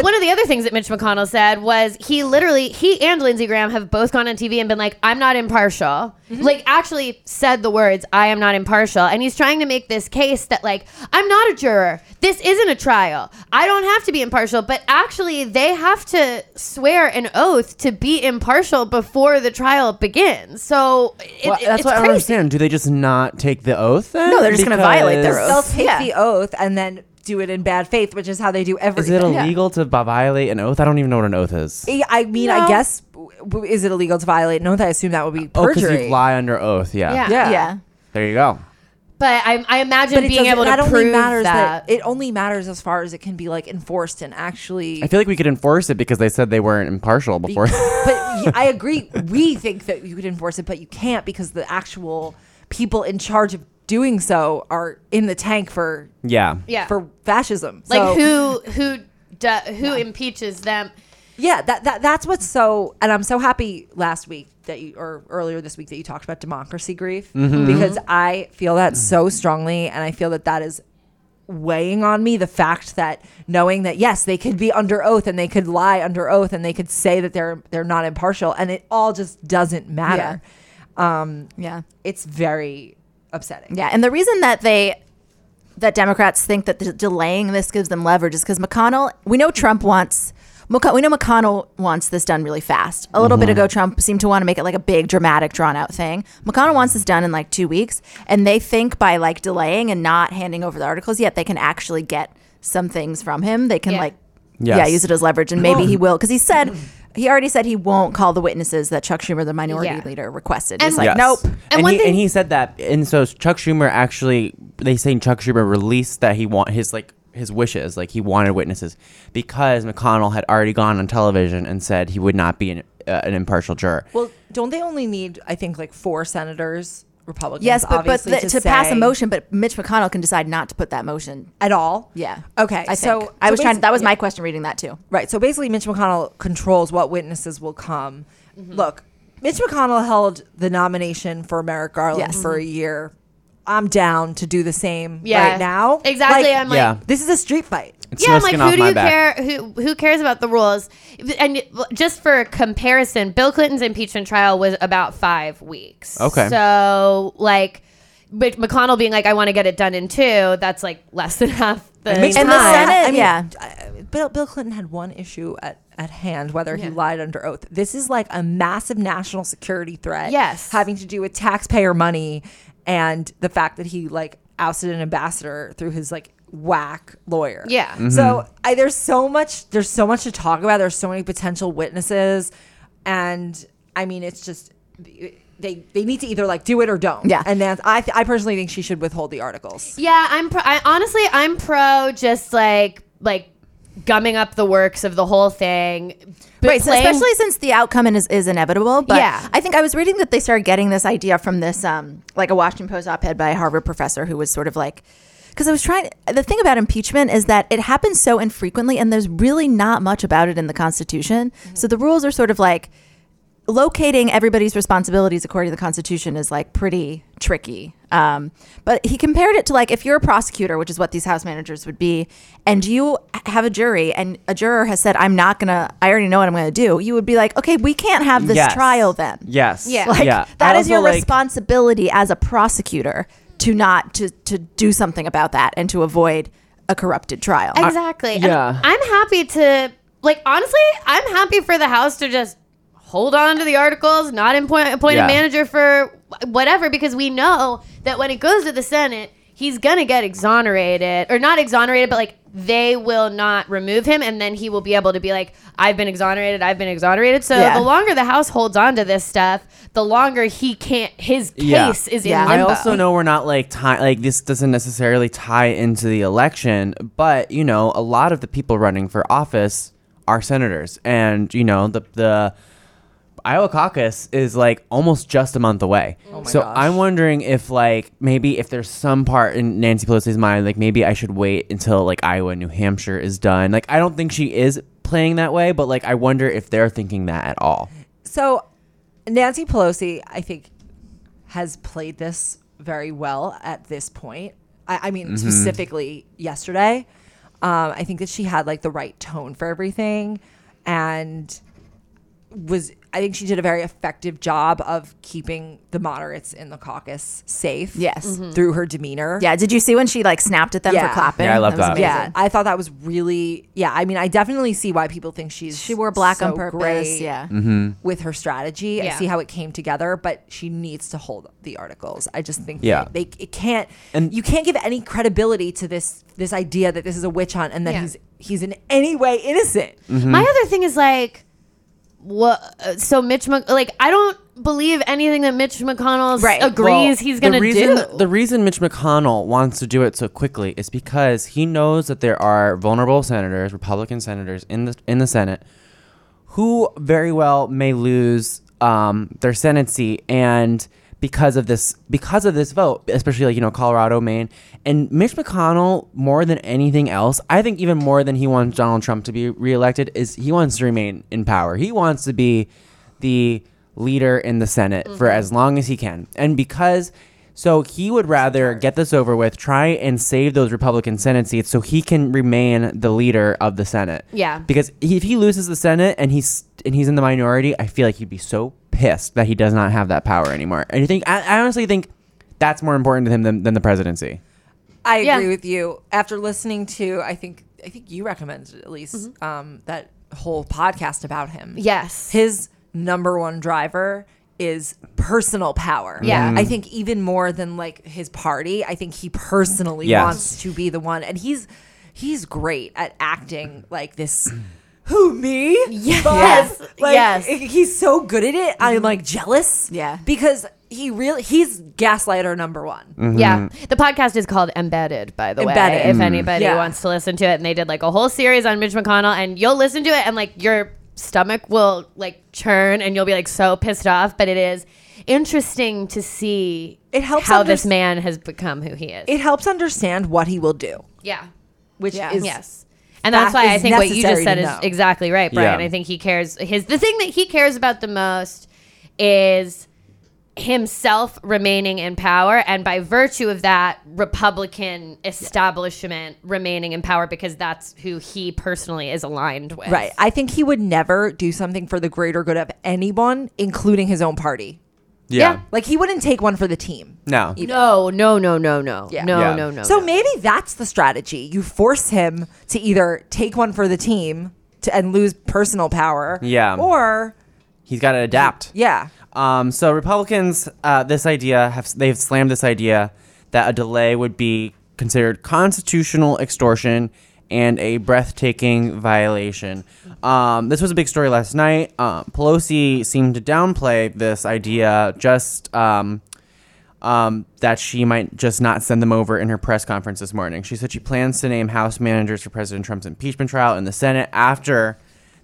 Speaker 4: one of the other things that Mitch McConnell said was he literally he and Lindsey Graham have both gone on TV and been like, "I'm not impartial."
Speaker 2: Mm-hmm.
Speaker 4: Like actually said the words, "I am not impartial," and he's trying to make this case that like I'm not a juror. This isn't a trial. I don't have to be impartial, but actually they have to swear an oath to be impartial before the trial begins. So it,
Speaker 3: Well,
Speaker 4: it-
Speaker 3: that's
Speaker 4: it's
Speaker 3: what I don't
Speaker 4: crazy.
Speaker 3: understand. Do they just not take the oath then?
Speaker 2: No, they're just gonna violate their
Speaker 3: Because-
Speaker 1: they'll take
Speaker 2: Yeah.
Speaker 1: the oath and then do it in bad faith, which is how they do
Speaker 3: Is
Speaker 1: everything.
Speaker 3: it illegal to b- violate an oath? I don't even know what an oath is.
Speaker 1: I I mean,
Speaker 4: No.
Speaker 1: I guess w- w- is it illegal to violate an oath? I assume that would be
Speaker 3: Oh, because
Speaker 1: perjury.
Speaker 3: you lie under oath. Yeah.
Speaker 4: Yeah.
Speaker 1: Yeah.
Speaker 2: Yeah.
Speaker 3: There you go.
Speaker 4: But I, I imagine being
Speaker 1: doesn't-
Speaker 4: able to
Speaker 1: that
Speaker 4: prove
Speaker 1: only matters
Speaker 4: that.
Speaker 1: it only matters as far as it can be like enforced and actually.
Speaker 3: I feel like we could enforce it because they said they weren't impartial before.
Speaker 1: but y- I agree. We think that you could enforce it, but you can't because the actual people in charge of doing so are in the tank for
Speaker 3: yeah.
Speaker 4: yeah.
Speaker 1: for fascism. So-
Speaker 4: like who who do, who impeaches them?
Speaker 1: Yeah, that, that that's what's so, and I'm so happy last week that you or earlier this week that you talked about democracy grief because I feel that so strongly, and I feel that that is weighing on me the fact that knowing that yes they could be under oath and they could lie under oath and they could say that they're they're not impartial and it all just doesn't matter Um,
Speaker 2: Yeah.
Speaker 1: it's very upsetting
Speaker 2: Yeah, and the reason that they that Democrats think that the delaying this gives them leverage is because McConnell. We know Trump wants. McC- We know McConnell wants this done really fast. A little
Speaker 3: Mm-hmm.
Speaker 2: bit ago, Trump seemed to want to make it like a big, dramatic, drawn out thing. McConnell wants this done in like two weeks, and they think by like delaying and not handing over the articles yet, they can actually get some things from him. They can
Speaker 4: Yeah.
Speaker 2: like,
Speaker 3: Yes.
Speaker 2: yeah, use it as leverage, and maybe he will because he said he already said he won't call the witnesses that Chuck Schumer, the minority
Speaker 4: Yeah.
Speaker 2: leader, requested.
Speaker 4: And-
Speaker 2: He's like,
Speaker 4: Yes.
Speaker 2: nope.
Speaker 4: And
Speaker 3: And,
Speaker 4: one
Speaker 3: he,
Speaker 4: thing-
Speaker 3: and he said that, and so Chuck Schumer actually, they saying Chuck Schumer released that he want his like his wishes, like he wanted witnesses, because McConnell had already gone on television and said he would not be an, uh, an impartial juror.
Speaker 1: well don't they only need i think like four senators republicans
Speaker 2: Yes, but but
Speaker 1: obviously,
Speaker 2: the, to, pass a
Speaker 1: say-
Speaker 2: motion, but Mitch McConnell can decide not to put that motion.
Speaker 1: at all
Speaker 2: Yeah.
Speaker 1: okay
Speaker 2: I
Speaker 1: so
Speaker 2: think. I
Speaker 1: so
Speaker 2: was trying.
Speaker 1: basi-
Speaker 2: That was
Speaker 1: yeah.
Speaker 2: my question reading that too.
Speaker 1: Right. So basically, Mitch McConnell controls what witnesses will come.
Speaker 2: Mm-hmm.
Speaker 1: Look, Mitch McConnell held the nomination for Merrick Garland
Speaker 2: Yes. Mm-hmm.
Speaker 1: for a year. I'm down to do the same
Speaker 4: Yeah.
Speaker 1: right now.
Speaker 4: Exactly, I'm like-
Speaker 3: Yeah.
Speaker 1: this is a street fight.
Speaker 3: It's
Speaker 4: yeah, I'm
Speaker 3: no
Speaker 4: like,
Speaker 3: skin
Speaker 4: who
Speaker 3: off
Speaker 4: do
Speaker 3: my
Speaker 4: you
Speaker 3: back.
Speaker 4: care? Who who cares about the rules? And well, just for comparison, Bill Clinton's impeachment trial was about five weeks.
Speaker 3: Okay.
Speaker 4: so like, but McConnell being like, I want to get it done in two. That's like less than half the.
Speaker 3: It makes
Speaker 2: And the Senate, yeah.
Speaker 1: I- Bill, Bill Clinton had one issue at, at hand, whether he lied under oath. This is like a massive national security threat.
Speaker 4: Yes.
Speaker 1: Having to do with taxpayer money and the fact that he like ousted an ambassador through his like whack lawyer.
Speaker 4: Yeah. Mhm.
Speaker 1: So I, there's so much there's so much to talk about. There's so many potential witnesses and I mean it's just they they need to either like do it or don't.
Speaker 2: Yeah.
Speaker 1: And that's I th- I personally think she should withhold the articles.
Speaker 4: Yeah, I'm. Pro- I honestly, I'm pro just like like gumming up the works of the whole thing. but
Speaker 2: Right, so
Speaker 4: playing-
Speaker 2: especially since the outcome is, is inevitable. But
Speaker 4: Yeah.
Speaker 2: I think I was reading that they started getting this idea from this, um, like a Washington Post op-ed by a Harvard professor who was sort of like, because I was trying. The thing about impeachment is that it happens so infrequently, and there's really not much about it in the Constitution. So the rules are sort of like
Speaker 11: locating everybody's responsibilities according to the Constitution is like pretty tricky. Um, but he compared it to like if you're a prosecutor, which is what these house managers would be, and you have a jury, and a juror has said, "I'm not gonna. I already know what I'm gonna do." You would be like, "Okay, we can't have this
Speaker 3: Yes.
Speaker 11: trial then."
Speaker 3: Yes. Yeah.
Speaker 11: Like,
Speaker 3: Yeah.
Speaker 11: That
Speaker 3: I
Speaker 11: is your
Speaker 3: also, like-
Speaker 11: responsibility as a prosecutor to not to to do something about that and to avoid a corrupted trial.
Speaker 4: Exactly. And
Speaker 11: yeah.
Speaker 4: I'm happy to like honestly, I'm happy for the house to just hold on to the articles, not appoint, appoint
Speaker 12: Yeah.
Speaker 4: a manager for wh- whatever because we know that when it goes to the Senate, he's going to get exonerated or not exonerated but like they will not remove him and then he will be able to be like I've been exonerated, I've been exonerated. So
Speaker 12: Yeah.
Speaker 4: the longer the house holds on to this stuff, the longer he can't his case is in limbo.
Speaker 3: I also know we're not like tie like this doesn't necessarily tie into the election, but you know, a lot of the people running for office are senators, and you know the the Iowa caucus is like almost just a month away. so I'm wondering if like maybe if there's some part in Nancy Pelosi's mind, like maybe I should wait until like Iowa, and New Hampshire is done. Like I don't think she is playing that way, but like I wonder if they're thinking that at all.
Speaker 1: So Nancy Pelosi, I think, has played this very well at this point. I, I mean,
Speaker 12: Mhm.
Speaker 1: specifically yesterday. Um, I think that she had like the right tone for everything and was I think she did a very effective job of keeping the moderates in the caucus safe.
Speaker 11: Yes. Mhm.
Speaker 1: Through her demeanor.
Speaker 11: Yeah. Did you see when she like snapped at them for clapping? was amazing.
Speaker 1: Yeah, I thought that was really. Yeah, I mean, I definitely see why people think she's she wore
Speaker 11: black on purpose, yeah.
Speaker 1: Mm-hmm.
Speaker 2: Mm-hmm.
Speaker 11: Mhm.
Speaker 1: with her strategy. I
Speaker 11: Yeah.
Speaker 1: see how it came together, but she needs to hold the articles. I just think
Speaker 3: Yeah.
Speaker 1: they, they it can't and you can't give any credibility to this this idea that this is a witch hunt and that
Speaker 4: Yeah.
Speaker 1: he's he's in any way innocent.
Speaker 3: Mm-hmm.
Speaker 4: My other thing is like, what? uh, So Mitch, Mc- like, I don't believe anything that Mitch McConnell
Speaker 12: Right.
Speaker 4: agrees
Speaker 12: Well,
Speaker 4: he's gonna
Speaker 3: the reason,
Speaker 4: do.
Speaker 3: The reason Mitch McConnell wants to do it so quickly is because he knows that there are vulnerable senators, Republican senators in the in the Senate, who very well may lose um, their Senate seat, and because of this, because of this vote, especially like you know Colorado, Maine, and Mitch McConnell, more than anything else, I think even more than he wants Donald Trump to be reelected, is he wants to remain in power. He wants to be the leader in the Senate for as long as he can. And because so he would rather get this over with, try and save those Republican Senate seats so he can remain the leader of the Senate.
Speaker 4: Yeah.
Speaker 3: Because he- if he loses the Senate and he's and he's in the minority, I feel like he'd be so pissed that he does not have that power anymore. And you think I, I honestly think that's more important to him than, than the presidency.
Speaker 1: I
Speaker 12: Yeah.
Speaker 1: agree with you. After listening to, I think I think you recommended at least um, that whole podcast about him.
Speaker 4: Yes,
Speaker 1: his number one driver is personal power.
Speaker 12: Yeah. Mhm.
Speaker 1: I think even more than like his party, I think he personally
Speaker 12: Yes.
Speaker 1: wants to be the one, and he's he's great at acting like this. Who me? Yes, like,
Speaker 12: Yes.
Speaker 1: He's so good at it. I'm like jealous.
Speaker 11: Yeah,
Speaker 1: because he really he's gaslighter number one.
Speaker 4: Mhm.
Speaker 3: Mm-hmm.
Speaker 4: Yeah. the podcast is called Embedded, by the
Speaker 1: Embedded.
Speaker 4: way. If
Speaker 1: Mm.
Speaker 4: anybody
Speaker 1: Yeah.
Speaker 4: wants to listen to it, and they did like a whole series on Mitch McConnell, and you'll listen to it, and like your stomach will like churn, and you'll be like so pissed off. But it is interesting to see
Speaker 1: it helps
Speaker 4: how
Speaker 1: underst-
Speaker 4: this man has become who he is.
Speaker 1: It helps understand what he will do.
Speaker 4: Yeah.
Speaker 1: Which Yeah. is-
Speaker 4: yes. And that's
Speaker 1: that
Speaker 4: why I
Speaker 1: is
Speaker 4: think what you
Speaker 1: necessary
Speaker 4: just said
Speaker 1: to
Speaker 4: is
Speaker 1: know.
Speaker 4: exactly right, Brian.
Speaker 12: Yeah.
Speaker 4: I think he cares his the thing that he cares about the most is himself remaining in power and by virtue of that Republican establishment remaining in power because that's who he personally is aligned with.
Speaker 1: Right. I think he would never do something for the greater good of anyone, including his own party.
Speaker 3: Yeah. Uh-huh.
Speaker 1: Like he wouldn't take one for the team.
Speaker 3: No.
Speaker 4: No, no, no, no, no. No, no, no.
Speaker 1: So
Speaker 4: no.
Speaker 1: maybe that's the strategy. You force him to either take one for the team to, and lose personal power.
Speaker 3: Yeah.
Speaker 1: Or
Speaker 3: He's got to adapt.
Speaker 1: Yeah.
Speaker 3: Um, so Republicans, uh, this idea have they've slammed this idea that a delay would be considered constitutional extortion and a breathtaking violation. Um, this was a big story last night. Uh, Pelosi seemed to downplay this idea, just um, um, that she might just not send them over in her press conference this morning. She said she plans to name House managers for President Trump's impeachment trial in the Senate after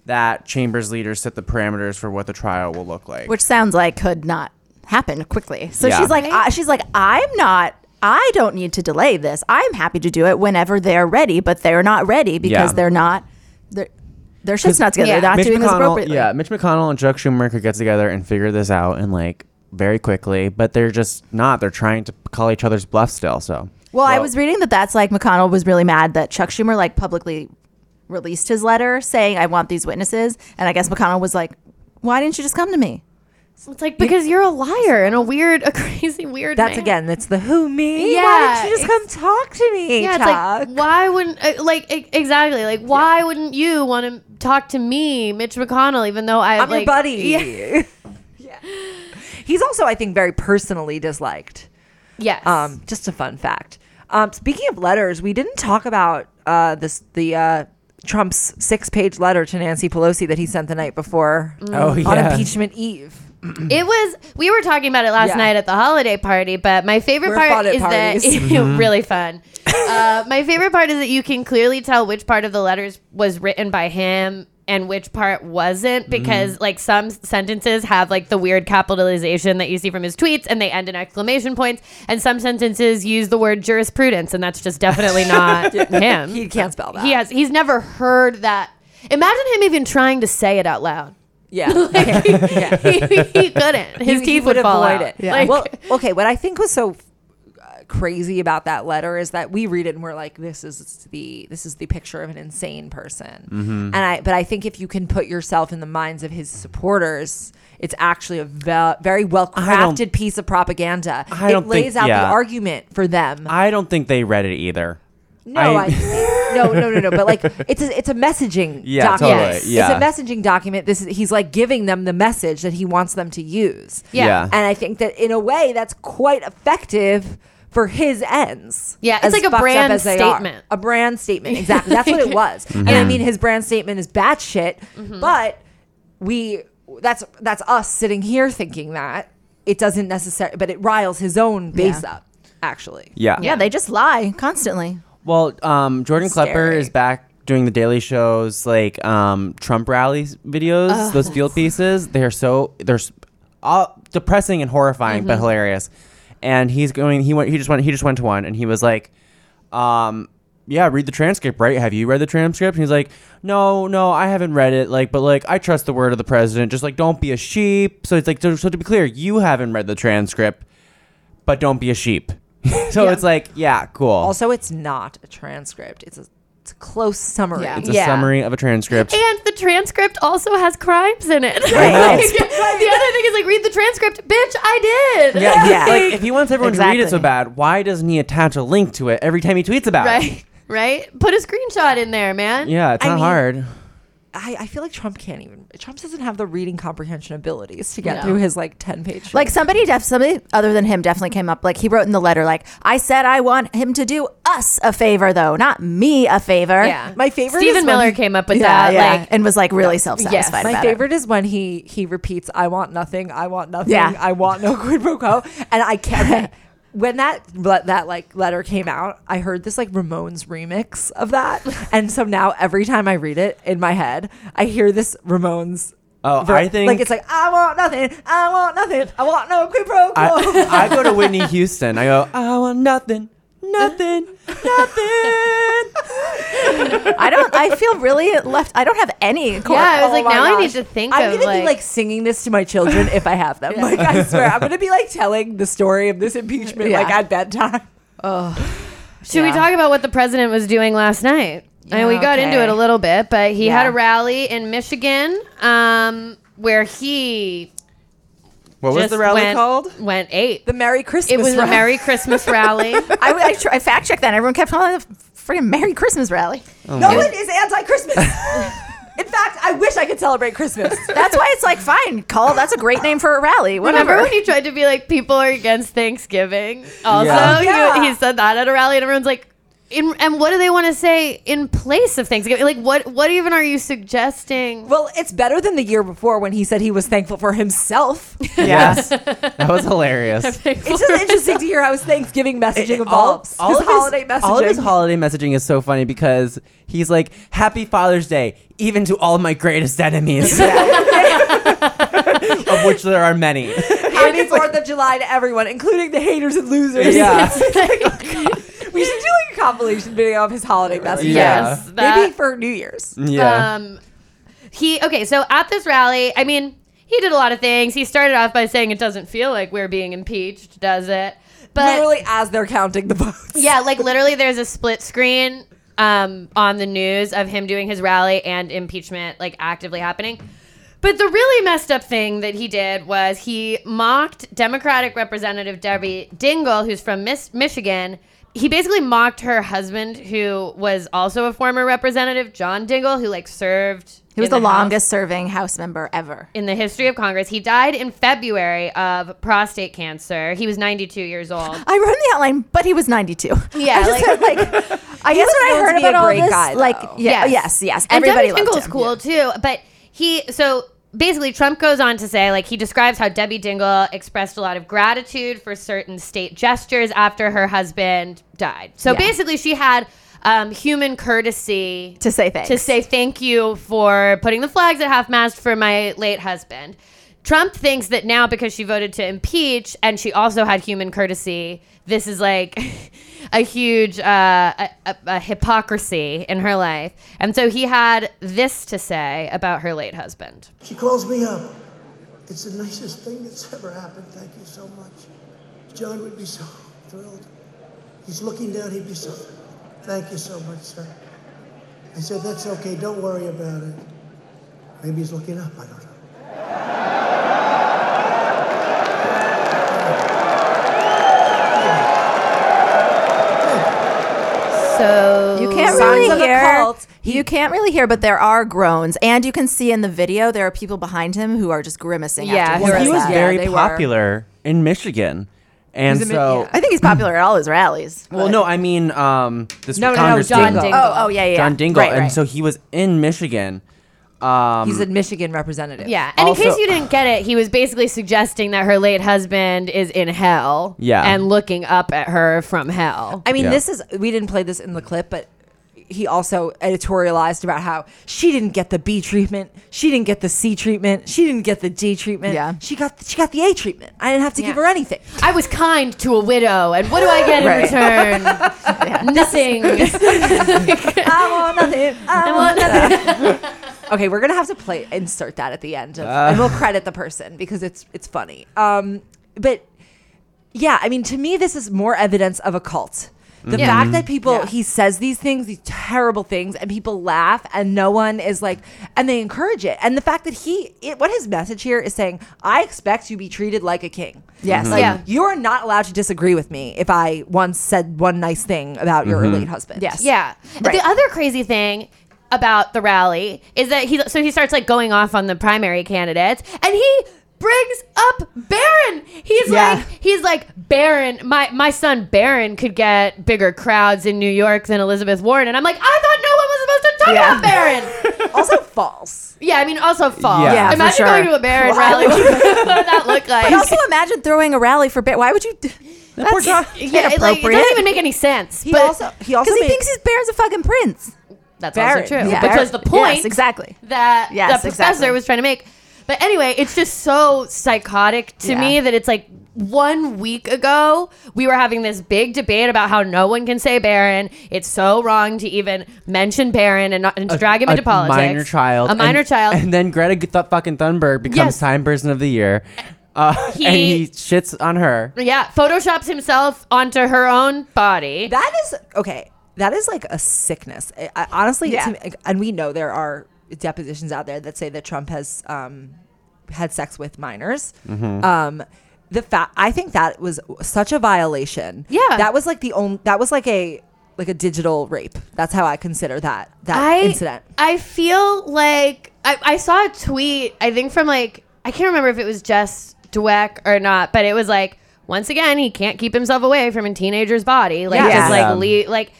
Speaker 3: that Chambers leaders set the parameters for what the trial will look like.
Speaker 11: which sounds like could not happen quickly. So
Speaker 3: Yeah.
Speaker 11: she's like, I, she's like, I'm not. I don't need to delay this. I'm happy to do it whenever they're ready, but they're not ready because
Speaker 3: Yeah.
Speaker 11: they're not. They're, Their shit's not together. They're not
Speaker 3: Mitch
Speaker 11: doing this
Speaker 3: McConnell-
Speaker 11: appropriately.
Speaker 3: Yeah, Mitch McConnell and Chuck Schumer could get together and figure this out and like very quickly, but they're just not. They're trying to call each other's bluff still. So
Speaker 11: Well, I was reading that that's like McConnell was really mad that Chuck Schumer like publicly released his letter saying I want these witnesses, and I guess McConnell was like, "Why didn't you just come to me?"
Speaker 4: It's like because you're a liar and a weird, a crazy weird.
Speaker 1: That's
Speaker 4: man.
Speaker 1: again. That's the who me.
Speaker 4: Yeah,
Speaker 1: Why didn't you just come talk to me?
Speaker 4: Yeah, it's like why wouldn't uh, like e- exactly like why wouldn't you want to talk to me, Mitch McConnell, even though I
Speaker 1: I'm
Speaker 4: like,
Speaker 1: your buddy.
Speaker 4: Yeah.
Speaker 1: Yeah. He's also, I think, very personally disliked.
Speaker 4: Yes.
Speaker 1: Um, just a fun fact. Um, speaking of letters, we didn't talk about uh, this the uh, Trump's six page letter to Nancy Pelosi that he sent the night before
Speaker 4: Oh,
Speaker 1: on
Speaker 4: yeah.
Speaker 1: impeachment eve.
Speaker 4: It was. We were talking about it last
Speaker 1: Yeah.
Speaker 4: night at the holiday party, but my favorite
Speaker 1: We're
Speaker 4: part
Speaker 1: fun at
Speaker 4: is that
Speaker 1: parties. Mhm.
Speaker 4: really fun. Uh, my favorite part is that you can clearly tell which part of the letters was written by him and which part wasn't because like some s- sentences have like the weird capitalization that you see from his tweets and they end in exclamation points and some sentences use the word jurisprudence and that's just definitely not him
Speaker 1: He can't spell that.
Speaker 4: he has he's never heard that imagine him even trying to say it out loud
Speaker 1: Yeah.
Speaker 4: Like, he, he couldn't. His teeth would, fall
Speaker 1: avoid
Speaker 4: out.
Speaker 1: it.
Speaker 4: Like,
Speaker 1: well, okay. What I think was so uh, crazy about that letter is that we read it and we're like, this is the this is the picture of an insane person.
Speaker 3: Mm-hmm.
Speaker 12: Mhm.
Speaker 1: And I, but I think if you can put yourself in the minds of his supporters. It's actually a ve- very well
Speaker 3: don't-
Speaker 1: crafted piece of propaganda.
Speaker 3: I
Speaker 1: it
Speaker 3: don't
Speaker 1: lays
Speaker 3: think-
Speaker 1: out the
Speaker 3: yeah.
Speaker 1: argument for them.
Speaker 3: I don't think they read it either.
Speaker 1: Um, No, I, no, no, no, no. But like, it's a, it's a messaging
Speaker 3: Yeah,
Speaker 1: document.
Speaker 3: totally. Yeah.
Speaker 1: It's a messaging document. This is, he's like giving them the message that he wants them to use.
Speaker 4: Yeah. Yeah.
Speaker 1: and I think that in a way that's quite effective for his ends.
Speaker 4: Yeah, it's
Speaker 1: as
Speaker 4: like a
Speaker 1: fucked up
Speaker 4: brand
Speaker 1: as they are.
Speaker 4: statement.
Speaker 1: A brand statement, exactly. That's what it was. And
Speaker 3: Mm-hmm.
Speaker 1: I
Speaker 4: Mhm.
Speaker 1: mean, his brand statement is batshit,
Speaker 4: Mm-hmm.
Speaker 1: but we that's that's us sitting here thinking that it doesn't necessarily, but it riles his own base
Speaker 11: Yeah.
Speaker 1: up. Actually,
Speaker 3: Yeah.
Speaker 11: yeah, they just lie constantly.
Speaker 3: Well, um, Jordan Klepper is back doing the Daily Show's like um, Trump rallies videos.
Speaker 11: Ugh,
Speaker 3: those field pieces, they are so they're s- all depressing and horrifying, but
Speaker 2: Mhm.
Speaker 3: hilarious. And he's going. He went. He just went. He just went to one, and he was like, um, "Yeah, read the transcript, right? Have you read the transcript?" And he's like, "No, no, I haven't read it. Like, but like, I trust the word of the president. Just like, don't be a sheep." So it's like, so so to be clear, you haven't read the transcript, but don't be a sheep. so
Speaker 1: Yeah.
Speaker 3: it's like, yeah, cool.
Speaker 1: Also, it's not a transcript. It's a it's a close summary.
Speaker 3: It's a summary of a transcript.
Speaker 4: and the transcript also has crimes in it.
Speaker 3: I know.
Speaker 4: Like, the other thing is like read the transcript, bitch. I did.
Speaker 3: Yeah, Like, if he wants everyone to read it so
Speaker 4: Exactly.
Speaker 3: bad, why doesn't he attach a link to it every time he tweets about it?
Speaker 4: right, right. Put a screenshot in there, man.
Speaker 3: Yeah, it's
Speaker 1: I
Speaker 3: not
Speaker 1: mean-
Speaker 3: hard.
Speaker 1: I, I feel like Trump can't even. Trump doesn't have the reading comprehension abilities to get
Speaker 11: No.
Speaker 1: through his like ten page.
Speaker 11: Like somebody, def- somebody other than him definitely came up. Like he wrote in the letter, like I said, I want him to do us a favor though, not me a favor.
Speaker 4: Yeah.
Speaker 1: My favorite
Speaker 4: Stephen
Speaker 1: is when
Speaker 4: Miller
Speaker 1: he-
Speaker 4: came up with
Speaker 11: Yeah,
Speaker 4: that.
Speaker 11: yeah.
Speaker 4: Like,
Speaker 11: and was like really self satisfied.
Speaker 1: my
Speaker 11: about it.
Speaker 1: favorite is when he he repeats, "I want nothing. I want nothing.
Speaker 11: Yeah.
Speaker 1: I want no quid pro quo." And I can't. when that le- that like letter came out, I heard this like Ramones remix of that, and so now every time I read it in my head, I hear this Ramones.
Speaker 3: Oh,
Speaker 1: ver-
Speaker 3: I think
Speaker 1: like it's like I want nothing. I want nothing. I want no quid pro quo.
Speaker 3: I, I go to Whitney Houston. I go,
Speaker 1: I want nothing. Nothing.
Speaker 11: I don't. I feel really left. I don't have any. Core.
Speaker 4: Yeah, I was
Speaker 11: Oh
Speaker 4: like,
Speaker 11: my
Speaker 4: now I need
Speaker 11: gosh.
Speaker 4: to think
Speaker 1: I'm
Speaker 4: of
Speaker 1: gonna
Speaker 4: like,
Speaker 1: be like singing this to my children if I have them. Like I swear, I'm gonna be like telling the story of this impeachment
Speaker 4: Yeah.
Speaker 1: like at bedtime.
Speaker 4: Should we
Speaker 1: Yeah.
Speaker 4: talk about what the president was doing last night? and we got
Speaker 1: okay.
Speaker 4: into it a little bit, but he had
Speaker 1: Yeah.
Speaker 4: a rally in Michigan um, where he
Speaker 3: what was
Speaker 4: just
Speaker 3: the rally
Speaker 4: went,
Speaker 3: called?
Speaker 4: Went eight.
Speaker 1: The Merry Christmas.
Speaker 4: It was
Speaker 11: rally.
Speaker 4: a Merry Christmas rally.
Speaker 11: I, I, tr- I fact checked that. and Everyone kept calling it a freaking Merry Christmas rally.
Speaker 3: Oh
Speaker 1: no
Speaker 3: my-
Speaker 1: one is anti-Christmas. In fact, I wish I could celebrate Christmas.
Speaker 11: That's why it's like fine. Call that's a great name for a rally.
Speaker 4: Remember
Speaker 11: Whatever.
Speaker 4: when he tried to be like, people are against Thanksgiving? Also,
Speaker 11: Yeah.
Speaker 4: he-
Speaker 11: Yeah.
Speaker 4: He, said that at a rally, and everyone's like, in, and what do they want to say in place of Thanksgiving? Like, what what even are you suggesting?
Speaker 1: Well, it's better than the year before when he said he was thankful for himself.
Speaker 3: Yes. that was hilarious.
Speaker 1: It's just interesting to hear how his Thanksgiving messaging
Speaker 3: all,
Speaker 1: evolves.
Speaker 3: all
Speaker 1: his
Speaker 3: of
Speaker 1: holiday
Speaker 3: his,
Speaker 1: messaging.
Speaker 3: all of his holiday messaging is so funny because he's like, Happy Father's Day, even to all my greatest enemies, of which there are many.
Speaker 1: Happy Fourth of July to everyone, including the haters and losers. oh,
Speaker 3: Yeah.
Speaker 1: we should do like a compilation video of his holiday messages.
Speaker 3: Yes,
Speaker 4: that-
Speaker 1: maybe for New Year's.
Speaker 3: Yeah.
Speaker 4: Um, He okay, so at this rally, I mean, he did a lot of things. He started off by saying it doesn't feel like we're being impeached, does it? But
Speaker 1: literally as they're counting the votes.
Speaker 4: yeah, like literally, there's a split screen um, on the news of him doing his rally and impeachment like actively happening. But the really messed up thing that he did was he mocked Democratic Representative Debbie Dingell, who's from Miss Michigan. He basically mocked her husband, who was also a former representative, John Dingell, who like served.
Speaker 11: He was
Speaker 4: in
Speaker 11: the,
Speaker 4: House
Speaker 11: longest serving House member ever.
Speaker 4: in the history of Congress. He died in February of prostate cancer. He was 92 years old.
Speaker 11: I wrote in the outline, but he was 92.
Speaker 4: Yeah,
Speaker 11: I just
Speaker 4: like-
Speaker 11: felt like, I guess
Speaker 4: was
Speaker 11: when I
Speaker 4: known to
Speaker 11: heard
Speaker 4: be a
Speaker 11: about all
Speaker 4: great
Speaker 11: this,
Speaker 4: guy,
Speaker 11: like,
Speaker 4: though.
Speaker 11: yeah,
Speaker 4: Yes.
Speaker 11: yes, yes,
Speaker 4: And
Speaker 11: everybody
Speaker 4: Debbie
Speaker 11: loved
Speaker 4: Dingle's
Speaker 11: him.
Speaker 4: cool too, but he so basically Trump goes on to say like he describes how Debbie Dingle expressed a lot of gratitude for certain state gestures after her husband died. So
Speaker 11: Yeah.
Speaker 4: basically, she had um, human courtesy
Speaker 11: To say thanks.
Speaker 4: to say thank you for putting the flags at half mast for my late husband. Trump thinks that now because she voted to impeach and she also had human courtesy, this is like a huge uh, a, a, a hypocrisy in her life. And so he had this to say about her late husband.
Speaker 12: She calls me up. It's the nicest thing that's ever happened. Thank you so much. John would be so thrilled. He's looking down, he'd be so thrilled. Thank you so much, sir. I said, That's okay, don't worry about it. Maybe he's looking up, I don't know.
Speaker 4: So
Speaker 11: You can't
Speaker 1: Signs
Speaker 11: really
Speaker 1: of a
Speaker 11: hear.
Speaker 1: cult.
Speaker 11: You can't really hear, but there are groans, and you can see in the video there are people behind him who are just grimacing.
Speaker 4: Yeah,
Speaker 11: after
Speaker 4: who
Speaker 3: Well, he
Speaker 11: does
Speaker 3: was
Speaker 11: that.
Speaker 3: very popular in Michigan, and
Speaker 11: He's a mi-
Speaker 3: so.
Speaker 11: yeah. I think he's popular at all his rallies.
Speaker 3: Well, no, I mean um, this
Speaker 11: No, no, no,
Speaker 3: Congress
Speaker 11: John Dingell. Oh, oh, yeah, yeah, yeah.
Speaker 3: John Dingle,
Speaker 11: Right,
Speaker 3: and
Speaker 11: right.
Speaker 3: so he was in Michigan. Um,
Speaker 1: He's a Michigan representative.
Speaker 4: Yeah. And
Speaker 3: Also-
Speaker 4: in case you didn't get it, he was basically suggesting that her late husband is in hell
Speaker 3: Yeah.
Speaker 4: and looking up at her from hell.
Speaker 1: I mean,
Speaker 3: Yeah.
Speaker 1: this is we didn't play this in the clip, but he also editorialized about how she didn't get the B treatment, she didn't get the C treatment, she didn't get the D treatment.
Speaker 11: Yeah.
Speaker 1: she got she got the A treatment. I didn't have to give her anything.
Speaker 4: I was kind to a widow, and what do I get in
Speaker 11: Right.
Speaker 4: return? Nothing.
Speaker 1: I want nothing. I
Speaker 4: I
Speaker 1: want-
Speaker 4: want nothing.
Speaker 1: okay, we're gonna have to play insert that at the end, of, and we'll credit the person because it's it's funny. Um, but yeah, I mean, to me, this is more evidence of a cult. The
Speaker 4: Yeah.
Speaker 1: fact that people
Speaker 11: Yeah.
Speaker 1: he says these things, these terrible things, and people laugh, and no one is like, and they encourage it, and the fact that he, it, what his message here is saying, I expect you to be treated like a king.
Speaker 11: Yes.
Speaker 1: like,
Speaker 4: Yeah.
Speaker 1: you are not allowed to disagree with me if I once said one nice thing about your late husband.
Speaker 11: Yes.
Speaker 4: Yeah.
Speaker 11: Right.
Speaker 4: The other crazy thing about the rally is that he so he starts like going off on the primary candidates and he brings up Barron. He's
Speaker 11: Yeah.
Speaker 4: like he's like Barron, my my son Barron could get bigger crowds in New York than Elizabeth Warren and I'm like I thought no one was supposed to talk
Speaker 11: Yeah.
Speaker 4: about Barron.
Speaker 1: also false.
Speaker 4: yeah, I mean also false.
Speaker 3: Yeah. Yeah, for
Speaker 4: Imagine
Speaker 11: sure.
Speaker 4: going to a Barron rally. what would that look like?
Speaker 11: But also imagine throwing a rally for Barron. Why would you? That's
Speaker 4: yeah, it, like, it
Speaker 11: inappropriate.
Speaker 4: doesn't even make any sense.
Speaker 1: He
Speaker 4: but
Speaker 1: also he also
Speaker 11: Because he
Speaker 1: made-
Speaker 11: thinks his Barron's a fucking prince.
Speaker 4: That's
Speaker 1: Barrett.
Speaker 4: also true.
Speaker 1: Yeah.
Speaker 4: Because the point
Speaker 11: Yes, exactly.
Speaker 4: that
Speaker 11: Yes,
Speaker 4: the professor
Speaker 11: exactly.
Speaker 4: was trying to make. But anyway, it's just so psychotic to
Speaker 11: Yeah.
Speaker 4: me that it's like one week ago we were having this big debate about how no one can say Baron. It's so wrong to even mention Baron and, not, and to drag him into politics.
Speaker 3: Minor child.
Speaker 4: A minor
Speaker 3: and,
Speaker 4: child.
Speaker 3: And then Greta Th- fucking Thunberg becomes
Speaker 4: Yes.
Speaker 3: Time Person of the Year. Uh,
Speaker 4: He-
Speaker 3: and he shits on her.
Speaker 4: yeah, photoshops himself onto her own body.
Speaker 1: That is okay. That is like a sickness. I, I, honestly,
Speaker 11: Yeah.
Speaker 1: to me- and we know there are depositions out there that say that Trump has um, had sex with minors.
Speaker 2: Mm-hmm.
Speaker 3: Mm-hmm.
Speaker 1: Um, the fact I think that was such a violation.
Speaker 4: Yeah.
Speaker 1: that was like the only. That was like a like a digital rape. That's how I consider that that incident.
Speaker 4: I feel like I, I saw a tweet, I think from like, I can't remember if it was Jess Dweck or not, but it was like, once again, he can't keep himself away from a teenager's body. Like,
Speaker 11: Yeah.
Speaker 4: just
Speaker 3: Yeah.
Speaker 4: like, le- like,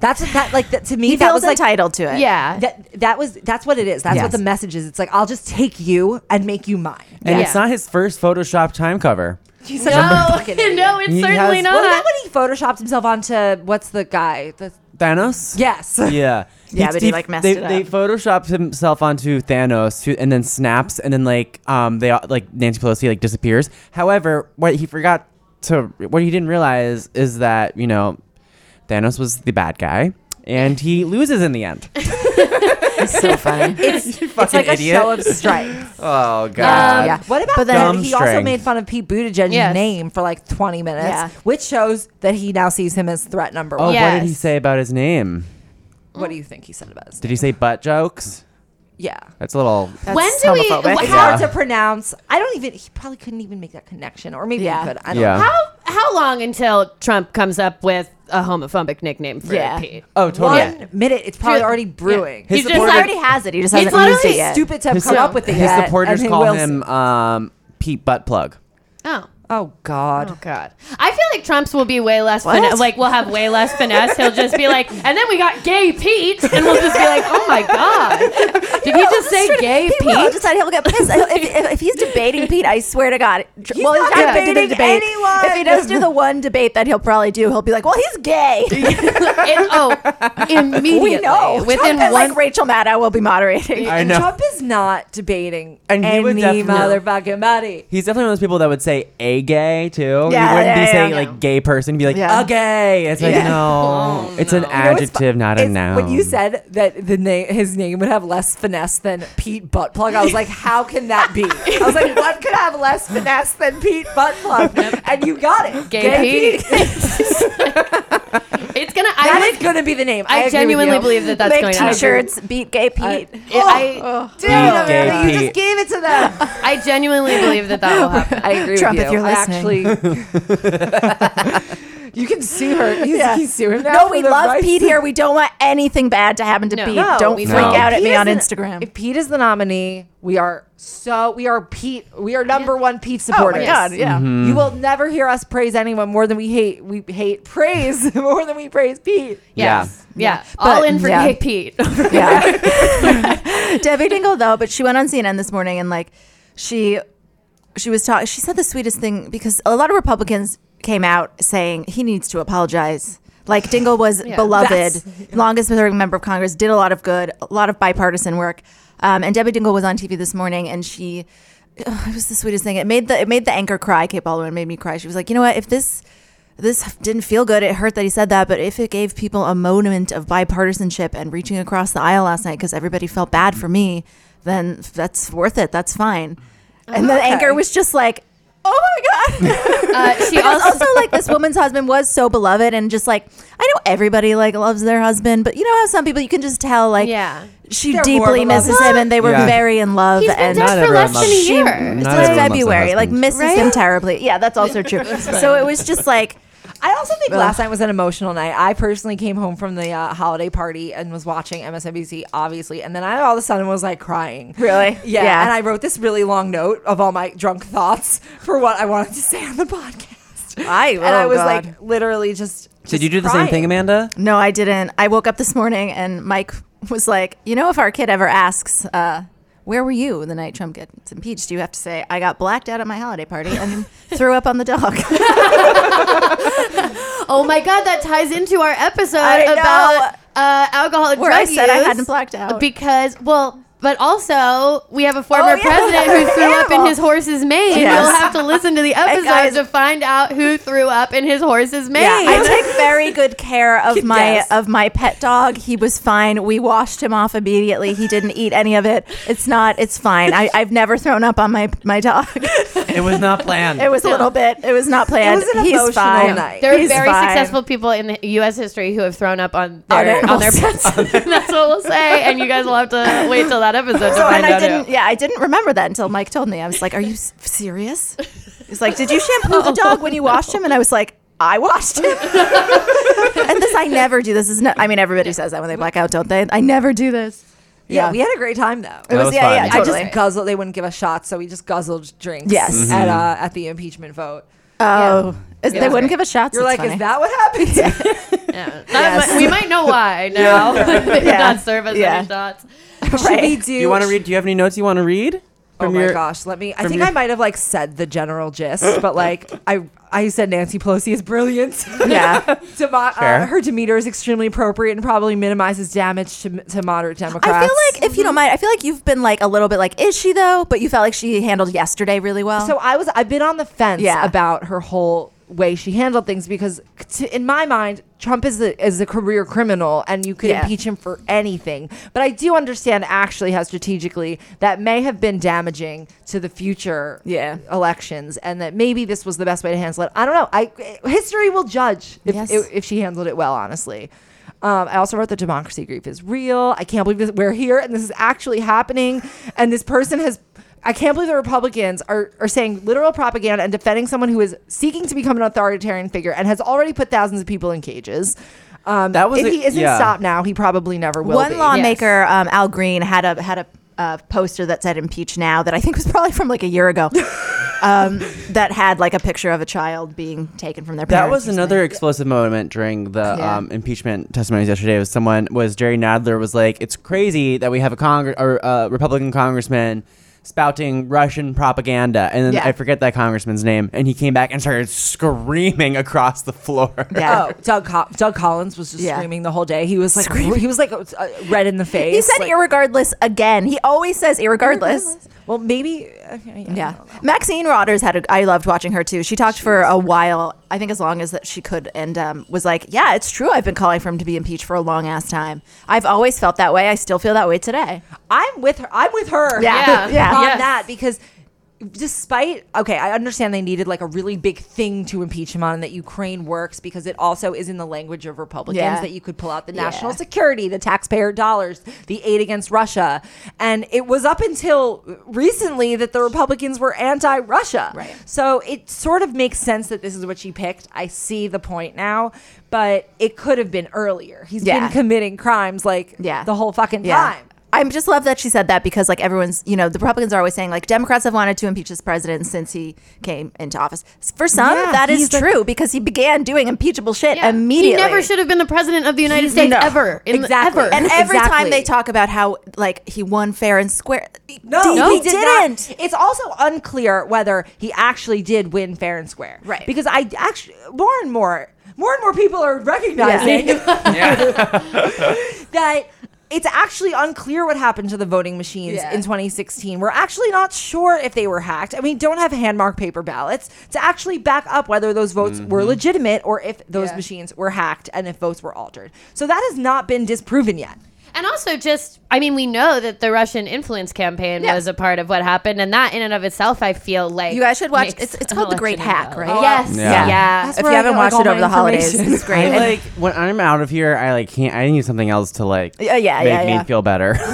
Speaker 1: That's that like that, to me.
Speaker 11: He
Speaker 1: that
Speaker 11: feels
Speaker 1: was like
Speaker 11: entitled to it.
Speaker 4: yeah.
Speaker 1: that. That was that's what it is. That's
Speaker 11: Yes.
Speaker 1: what the message is. It's like I'll just take you and make you mine.
Speaker 3: And
Speaker 4: Yeah.
Speaker 3: it's not his first Photoshop time cover.
Speaker 1: He's
Speaker 4: no,
Speaker 1: such a fucking idiot.
Speaker 4: no, it's
Speaker 3: He
Speaker 4: certainly
Speaker 3: has-
Speaker 4: not.
Speaker 1: Well, that when he photoshopped himself onto what's the guy? The,
Speaker 3: Thanos?
Speaker 1: yes.
Speaker 3: Yeah.
Speaker 11: Yeah, but he, like, messed
Speaker 3: they,
Speaker 11: it up.
Speaker 3: They photoshopped himself onto Thanos, who, and then snaps, and then like um they all- like Nancy Pelosi like disappears. However, what he forgot to what he didn't realize is that you know Thanos was the bad guy, and he loses in the end.
Speaker 1: It's so funny. It's,
Speaker 3: You fucking
Speaker 1: like
Speaker 3: idiot.
Speaker 1: a show of strength.
Speaker 3: Oh god.
Speaker 1: yeah. What about but
Speaker 3: But then- Dumb
Speaker 1: He also
Speaker 3: strength.
Speaker 1: made fun of Pete Buttigieg's
Speaker 4: Yes.
Speaker 1: name for like 20 minutes,
Speaker 4: Yeah.
Speaker 1: which shows that he now sees him as threat number
Speaker 3: Oh,
Speaker 1: one.
Speaker 3: what did he say about his name?
Speaker 1: What do you think he said about his
Speaker 3: Did he say butt jokes?
Speaker 1: Yeah.
Speaker 3: That's a little.
Speaker 4: When do we- homophobic.
Speaker 1: It's
Speaker 3: how-
Speaker 1: hard to pronounce. I don't even. He probably couldn't even make that connection, or maybe
Speaker 4: Yeah.
Speaker 1: he could. I don't
Speaker 3: Yeah.
Speaker 1: know.
Speaker 4: How how long until Trump comes up with a homophobic nickname for
Speaker 1: Yeah.
Speaker 4: Pete?
Speaker 3: Oh, totally.
Speaker 1: One minute, it's probably already brewing.
Speaker 3: His
Speaker 4: He's just
Speaker 3: supporter-
Speaker 4: already has it. He just hasn't
Speaker 1: it's
Speaker 4: used
Speaker 1: literally
Speaker 4: it yet.
Speaker 1: stupid to have
Speaker 3: His
Speaker 1: come
Speaker 3: su-
Speaker 1: up with it
Speaker 3: His
Speaker 1: yet,
Speaker 3: supporters
Speaker 1: and he
Speaker 3: call
Speaker 1: will-
Speaker 3: him um, Pete Butt Plug.
Speaker 4: Oh.
Speaker 1: Oh God.
Speaker 4: Oh God! I feel like Trump's will be way less finesse. Like we'll have way less finesse. He'll just be like, and then we got gay Pete, and we'll just be like, oh my God! Did he just say gay
Speaker 2: He will
Speaker 4: Pete?
Speaker 2: decide he'll get pissed. He'll- if, if, if he's debating Pete, I swear to God. tr-
Speaker 4: He's not
Speaker 2: gonna do
Speaker 4: debating anyone.
Speaker 2: If he does do the one debate that he'll probably do, he'll be like, "Well, he's gay."
Speaker 4: It- oh, immediately.
Speaker 2: We know.
Speaker 4: Within
Speaker 2: Trump is
Speaker 4: one-
Speaker 2: like Rachel Maddow will be moderating.
Speaker 3: I
Speaker 1: And
Speaker 3: know.
Speaker 1: Trump is not debating
Speaker 3: And he would
Speaker 1: any
Speaker 3: definitely-
Speaker 1: motherfucking body.
Speaker 3: He's definitely one of those people that would say a gay too.
Speaker 1: Yeah,
Speaker 3: he wouldn't
Speaker 1: yeah,
Speaker 3: be
Speaker 1: yeah,
Speaker 3: saying
Speaker 1: yeah.
Speaker 3: like gay person. He'd be like
Speaker 1: Yeah.
Speaker 3: a gay. It's like
Speaker 1: Yeah.
Speaker 3: no, it's
Speaker 1: You
Speaker 3: an
Speaker 1: know what's fu-
Speaker 3: adjective, not a
Speaker 1: is
Speaker 3: noun.
Speaker 1: When you said that the name, his name would have less finesse than Pete Buttplug, I was like, how can that be? I was like, what could have less finesse than Pete Buttplug? And you got it,
Speaker 4: Gay Pete. it's gonna.
Speaker 1: That
Speaker 4: I
Speaker 1: is gonna be the name.
Speaker 4: I
Speaker 1: I, agree with
Speaker 4: genuinely
Speaker 1: you.
Speaker 4: believe that that's
Speaker 1: Make
Speaker 4: going to happen.
Speaker 2: T-shirts, beat gay Pete.
Speaker 4: I,
Speaker 1: Dude,
Speaker 3: gay
Speaker 1: Amanda, you
Speaker 3: Pete.
Speaker 1: just gave it to them.
Speaker 4: I genuinely believe that that will happen.
Speaker 1: I agree
Speaker 2: Trump,
Speaker 1: with you.
Speaker 2: if you're
Speaker 1: I
Speaker 2: listening.
Speaker 1: actually, you can sue her. You
Speaker 2: Yeah.
Speaker 1: can sue her. now
Speaker 2: No,
Speaker 1: for
Speaker 2: we
Speaker 1: the
Speaker 2: love
Speaker 1: rights
Speaker 2: Pete here. We don't want anything bad to happen to Pete. don't freak
Speaker 1: don't.
Speaker 2: out at
Speaker 1: Pete
Speaker 2: me on
Speaker 1: is the-
Speaker 2: Instagram.
Speaker 1: If Pete is the nominee, we are so we are Pete. We are number one Pete supporters.
Speaker 2: Oh God, yeah.
Speaker 3: Mhm.
Speaker 1: You will never hear us praise anyone more than we hate. We hate praise more than we praise Pete.
Speaker 4: Yes. Yeah.
Speaker 2: But-
Speaker 4: All in for
Speaker 2: yeah.
Speaker 4: gay Pete.
Speaker 2: Debbie Dingle though, but she went on CNN this morning and like she she was talking. She said the sweetest thing because a lot of Republicans came out saying he needs to apologize. Like Dingle was
Speaker 11: Yeah.
Speaker 2: beloved,
Speaker 11: Yes.
Speaker 2: longest serving member of Congress, did a lot of good, a lot of bipartisan work. Um, and Debbie Dingle was on TV this morning, and she it was the sweetest thing. It made the it made the anchor cry. Kate Baldwin made me cry. She was like, you know what? If this this didn't feel good, it hurt that he said that, but if it gave people a moment of bipartisanship and reaching across the aisle last night because everybody felt bad for me, then that's worth it. That's fine. And the
Speaker 11: Okay.
Speaker 2: anchor was just like, oh my god.
Speaker 4: Uh, she
Speaker 2: Because
Speaker 4: also.
Speaker 2: also like this woman's husband was so beloved and just like I know everybody like loves their husband, but you know how some people you can just tell like
Speaker 4: Yeah.
Speaker 2: she
Speaker 4: They're more
Speaker 2: deeply
Speaker 4: beloved.
Speaker 2: misses him and they were
Speaker 3: Yeah.
Speaker 2: very in love
Speaker 4: He's been
Speaker 2: and
Speaker 4: dead
Speaker 3: Not
Speaker 4: for
Speaker 3: everyone
Speaker 4: less than a
Speaker 3: loves-
Speaker 4: year.
Speaker 3: Not
Speaker 2: it's
Speaker 3: everyone loves their
Speaker 2: February, like
Speaker 3: husband.
Speaker 2: misses him terribly. Yeah, that's also true. so it was just like
Speaker 1: I also think
Speaker 2: Ugh.
Speaker 1: last night was an emotional night. I personally came home from the uh, holiday party and was watching MSNBC, obviously, and then I all of a sudden was like crying.
Speaker 2: Really?
Speaker 1: Yeah.
Speaker 2: Yeah.
Speaker 1: And I wrote this really long note of all my drunk thoughts for what I wanted to say on the podcast.
Speaker 2: I
Speaker 1: and I
Speaker 2: oh,
Speaker 1: was
Speaker 2: God.
Speaker 1: like literally just.
Speaker 3: Did you do the
Speaker 1: crying.
Speaker 3: same thing, Amanda?
Speaker 2: No, I didn't. I woke up this morning and Mike was like, you know, if our kid ever asks, uh, where were you the night Trump gets impeached? You have to say, I got blacked out at my holiday party and threw up on the dog.
Speaker 4: Oh my God, that ties into our episode
Speaker 2: I know.
Speaker 4: about uh, alcohol and
Speaker 2: Where
Speaker 4: drug
Speaker 2: I said I
Speaker 4: use
Speaker 2: hadn't blacked out.
Speaker 4: because well. But also, we have a former
Speaker 2: Oh, yeah.
Speaker 4: president who threw up in his horse's mane.
Speaker 2: Yes.
Speaker 4: You'll have to listen to the episode
Speaker 2: guys-
Speaker 4: to find out who threw up in his horse's mane.
Speaker 2: Yeah, I take very good care of my
Speaker 4: Yes.
Speaker 2: of my pet dog. He was fine. We washed him off immediately. He didn't eat any of it. It's not. It's fine. I, I've never thrown up on my my dog.
Speaker 3: It was not planned.
Speaker 2: It was a little bit. It was not planned.
Speaker 1: It was an
Speaker 2: He's
Speaker 1: emotional
Speaker 2: fine.
Speaker 1: night.
Speaker 4: There are
Speaker 2: He's
Speaker 4: very
Speaker 2: fine.
Speaker 4: successful people in the U.S. history who have thrown up on
Speaker 2: On
Speaker 4: their
Speaker 2: animals.
Speaker 4: on their president. That's what we'll say, and you guys will have to wait till that episode to
Speaker 2: So,
Speaker 4: find
Speaker 2: and I
Speaker 4: out. who.
Speaker 2: didn't. Yeah, I didn't remember that until Mike told me. I was like, "Are you s- serious?" He's like, "Did you shampoo
Speaker 4: Oh.
Speaker 2: the dog when you washed him?" And I was like, "I washed him." and this, I never do. This is. No, I mean, everybody says that when they black out, don't they? I never do this.
Speaker 1: Yeah, we had a great time though.
Speaker 2: It
Speaker 3: That
Speaker 2: was,
Speaker 3: was
Speaker 2: yeah,
Speaker 3: fun.
Speaker 2: yeah,
Speaker 3: I
Speaker 2: totally.
Speaker 1: I just guzzled. They wouldn't give us shots, so we just guzzled drinks.
Speaker 2: Yes.
Speaker 1: at
Speaker 3: Mm-hmm.
Speaker 1: uh, at the impeachment vote.
Speaker 2: oh, is-
Speaker 1: Yeah.
Speaker 2: they wouldn't give us shots.
Speaker 1: You're like,
Speaker 2: It's funny.
Speaker 1: is that what happened?
Speaker 4: Yeah. That might- we might know why now. They did not serve us
Speaker 2: Yeah.
Speaker 4: any shots.
Speaker 1: Should we do?
Speaker 3: Do you want to read? Do you have any notes you want to read?
Speaker 1: Oh
Speaker 3: from
Speaker 1: my
Speaker 3: your-
Speaker 1: gosh, let me. I
Speaker 3: from
Speaker 1: think
Speaker 3: your-
Speaker 1: I might have like said the general gist, but like I I said Nancy Pelosi is brilliant.
Speaker 2: Yeah.
Speaker 1: Demo- uh,
Speaker 3: Fair.
Speaker 1: her demeanor is extremely appropriate and probably minimizes damage to, to moderate Democrats.
Speaker 2: I feel like if you don't mind, I feel like you've been like a little bit like, is she though? But you felt like she handled yesterday really well.
Speaker 1: so I was I've been on the fence
Speaker 2: Yeah.
Speaker 1: about her whole way she handled things because, t- in my mind, Trump is a, is a career criminal and you could
Speaker 2: Yeah.
Speaker 1: impeach him for anything. But I do understand, actually, how strategically that may have been damaging to the future
Speaker 2: Yeah.
Speaker 1: elections and that maybe this was the best way to handle it. I don't know. I History will judge if,
Speaker 2: Yes.
Speaker 1: if, if she handled it well, honestly. Um, I also wrote that democracy grief is real. I can't believe this, we're here and this is actually happening. And this person has. I can't believe the Republicans are, are saying literal propaganda and defending someone who is seeking to become an authoritarian figure and has already put thousands of people in cages. Um, that
Speaker 3: was
Speaker 1: if
Speaker 3: a-
Speaker 1: he isn't
Speaker 3: yeah.
Speaker 1: stopped now, he probably never will.
Speaker 2: One
Speaker 1: be.
Speaker 2: lawmaker, um, Al Green, had a had a uh, poster that said "Impeach Now" that I think was probably from like a year ago. um, that had like a picture of a child being taken from their
Speaker 3: That
Speaker 2: parents.
Speaker 3: was another explosive moment during the
Speaker 2: Yeah.
Speaker 3: um, impeachment testimonies yesterday. Was someone was Jerry Nadler was like, "It's crazy that we have a Congre- or uh, Republican congressman spouting Russian propaganda," and then
Speaker 1: Yeah.
Speaker 3: I forget that congressman's name, and he came back and started screaming across the floor.
Speaker 1: Yeah. Oh, Doug, Col- Doug Collins was just
Speaker 2: Yeah.
Speaker 1: screaming the whole day. He was like, he was like uh, red in the face.
Speaker 2: He said
Speaker 1: like-
Speaker 2: "irregardless" again. He always says "irregardless."
Speaker 1: Well, maybe. Okay, yeah.
Speaker 2: Yeah. Maxine Rodders had a, I loved watching her too. She talked for a while, I think as long as that she could and um, was like, "Yeah, it's true. I've been calling for him to be impeached for a long ass time. I've always felt that way. I still feel that way today."
Speaker 1: I'm with her. I'm with her.
Speaker 2: Yeah. Yeah. Yeah.
Speaker 1: On
Speaker 2: Yes.
Speaker 1: that because despite okay, I understand they needed like a really big thing to impeach him on and that Ukraine works because it also is in the language of Republicans
Speaker 2: Yeah.
Speaker 1: that you could pull out the
Speaker 2: Yeah.
Speaker 1: national security, the taxpayer dollars, the aid against Russia. And it was up until recently that the Republicans were anti-Russia. Right. So it sort of makes sense that this is what she picked. I see the point now, but it could have been earlier. He's
Speaker 2: Yeah.
Speaker 1: been committing crimes like
Speaker 2: Yeah.
Speaker 1: the whole fucking time.
Speaker 2: I just love that she said that because like everyone's, you know, the Republicans are always saying like Democrats have wanted to impeach this president since he came into office. For some,
Speaker 4: Yeah,
Speaker 2: that is
Speaker 4: he's like-
Speaker 2: true because he began doing impeachable shit
Speaker 4: Yeah.
Speaker 2: immediately.
Speaker 4: He never should have been the president of the United States
Speaker 2: No.
Speaker 4: ever. In the- ever.
Speaker 2: And every time they talk about how like he won fair and square,
Speaker 1: No,
Speaker 2: he,
Speaker 1: he did
Speaker 2: didn't.
Speaker 1: not. It's also unclear whether he actually did win fair and square. Right. Because I actually, more and more, more and more people are recognizing that it's actually unclear what happened to the voting machines
Speaker 2: Yeah.
Speaker 1: in 2016. We're actually not sure if they were hacked, and we don't have hand marked paper ballots to actually back up whether those votes were
Speaker 2: Mhm.
Speaker 1: legitimate or if those
Speaker 4: Yeah.
Speaker 1: machines were hacked and if votes were altered. So that has not been disproven yet.
Speaker 4: And also, just I mean, we know that the Russian influence campaign was a part of what happened, and that in and of itself, I feel like
Speaker 2: You guys should watch.
Speaker 4: makes
Speaker 2: It's, it's
Speaker 4: an
Speaker 2: called The Great
Speaker 4: election
Speaker 2: Hack,
Speaker 4: invalid.
Speaker 2: right?
Speaker 4: Yes, yeah.
Speaker 2: If you haven't watched it over the holidays, it's great.
Speaker 3: I, like when I'm out of here, I like can't. I need something else to like.
Speaker 2: Yeah, yeah,
Speaker 3: make
Speaker 2: yeah,
Speaker 3: me
Speaker 2: yeah.
Speaker 3: feel better.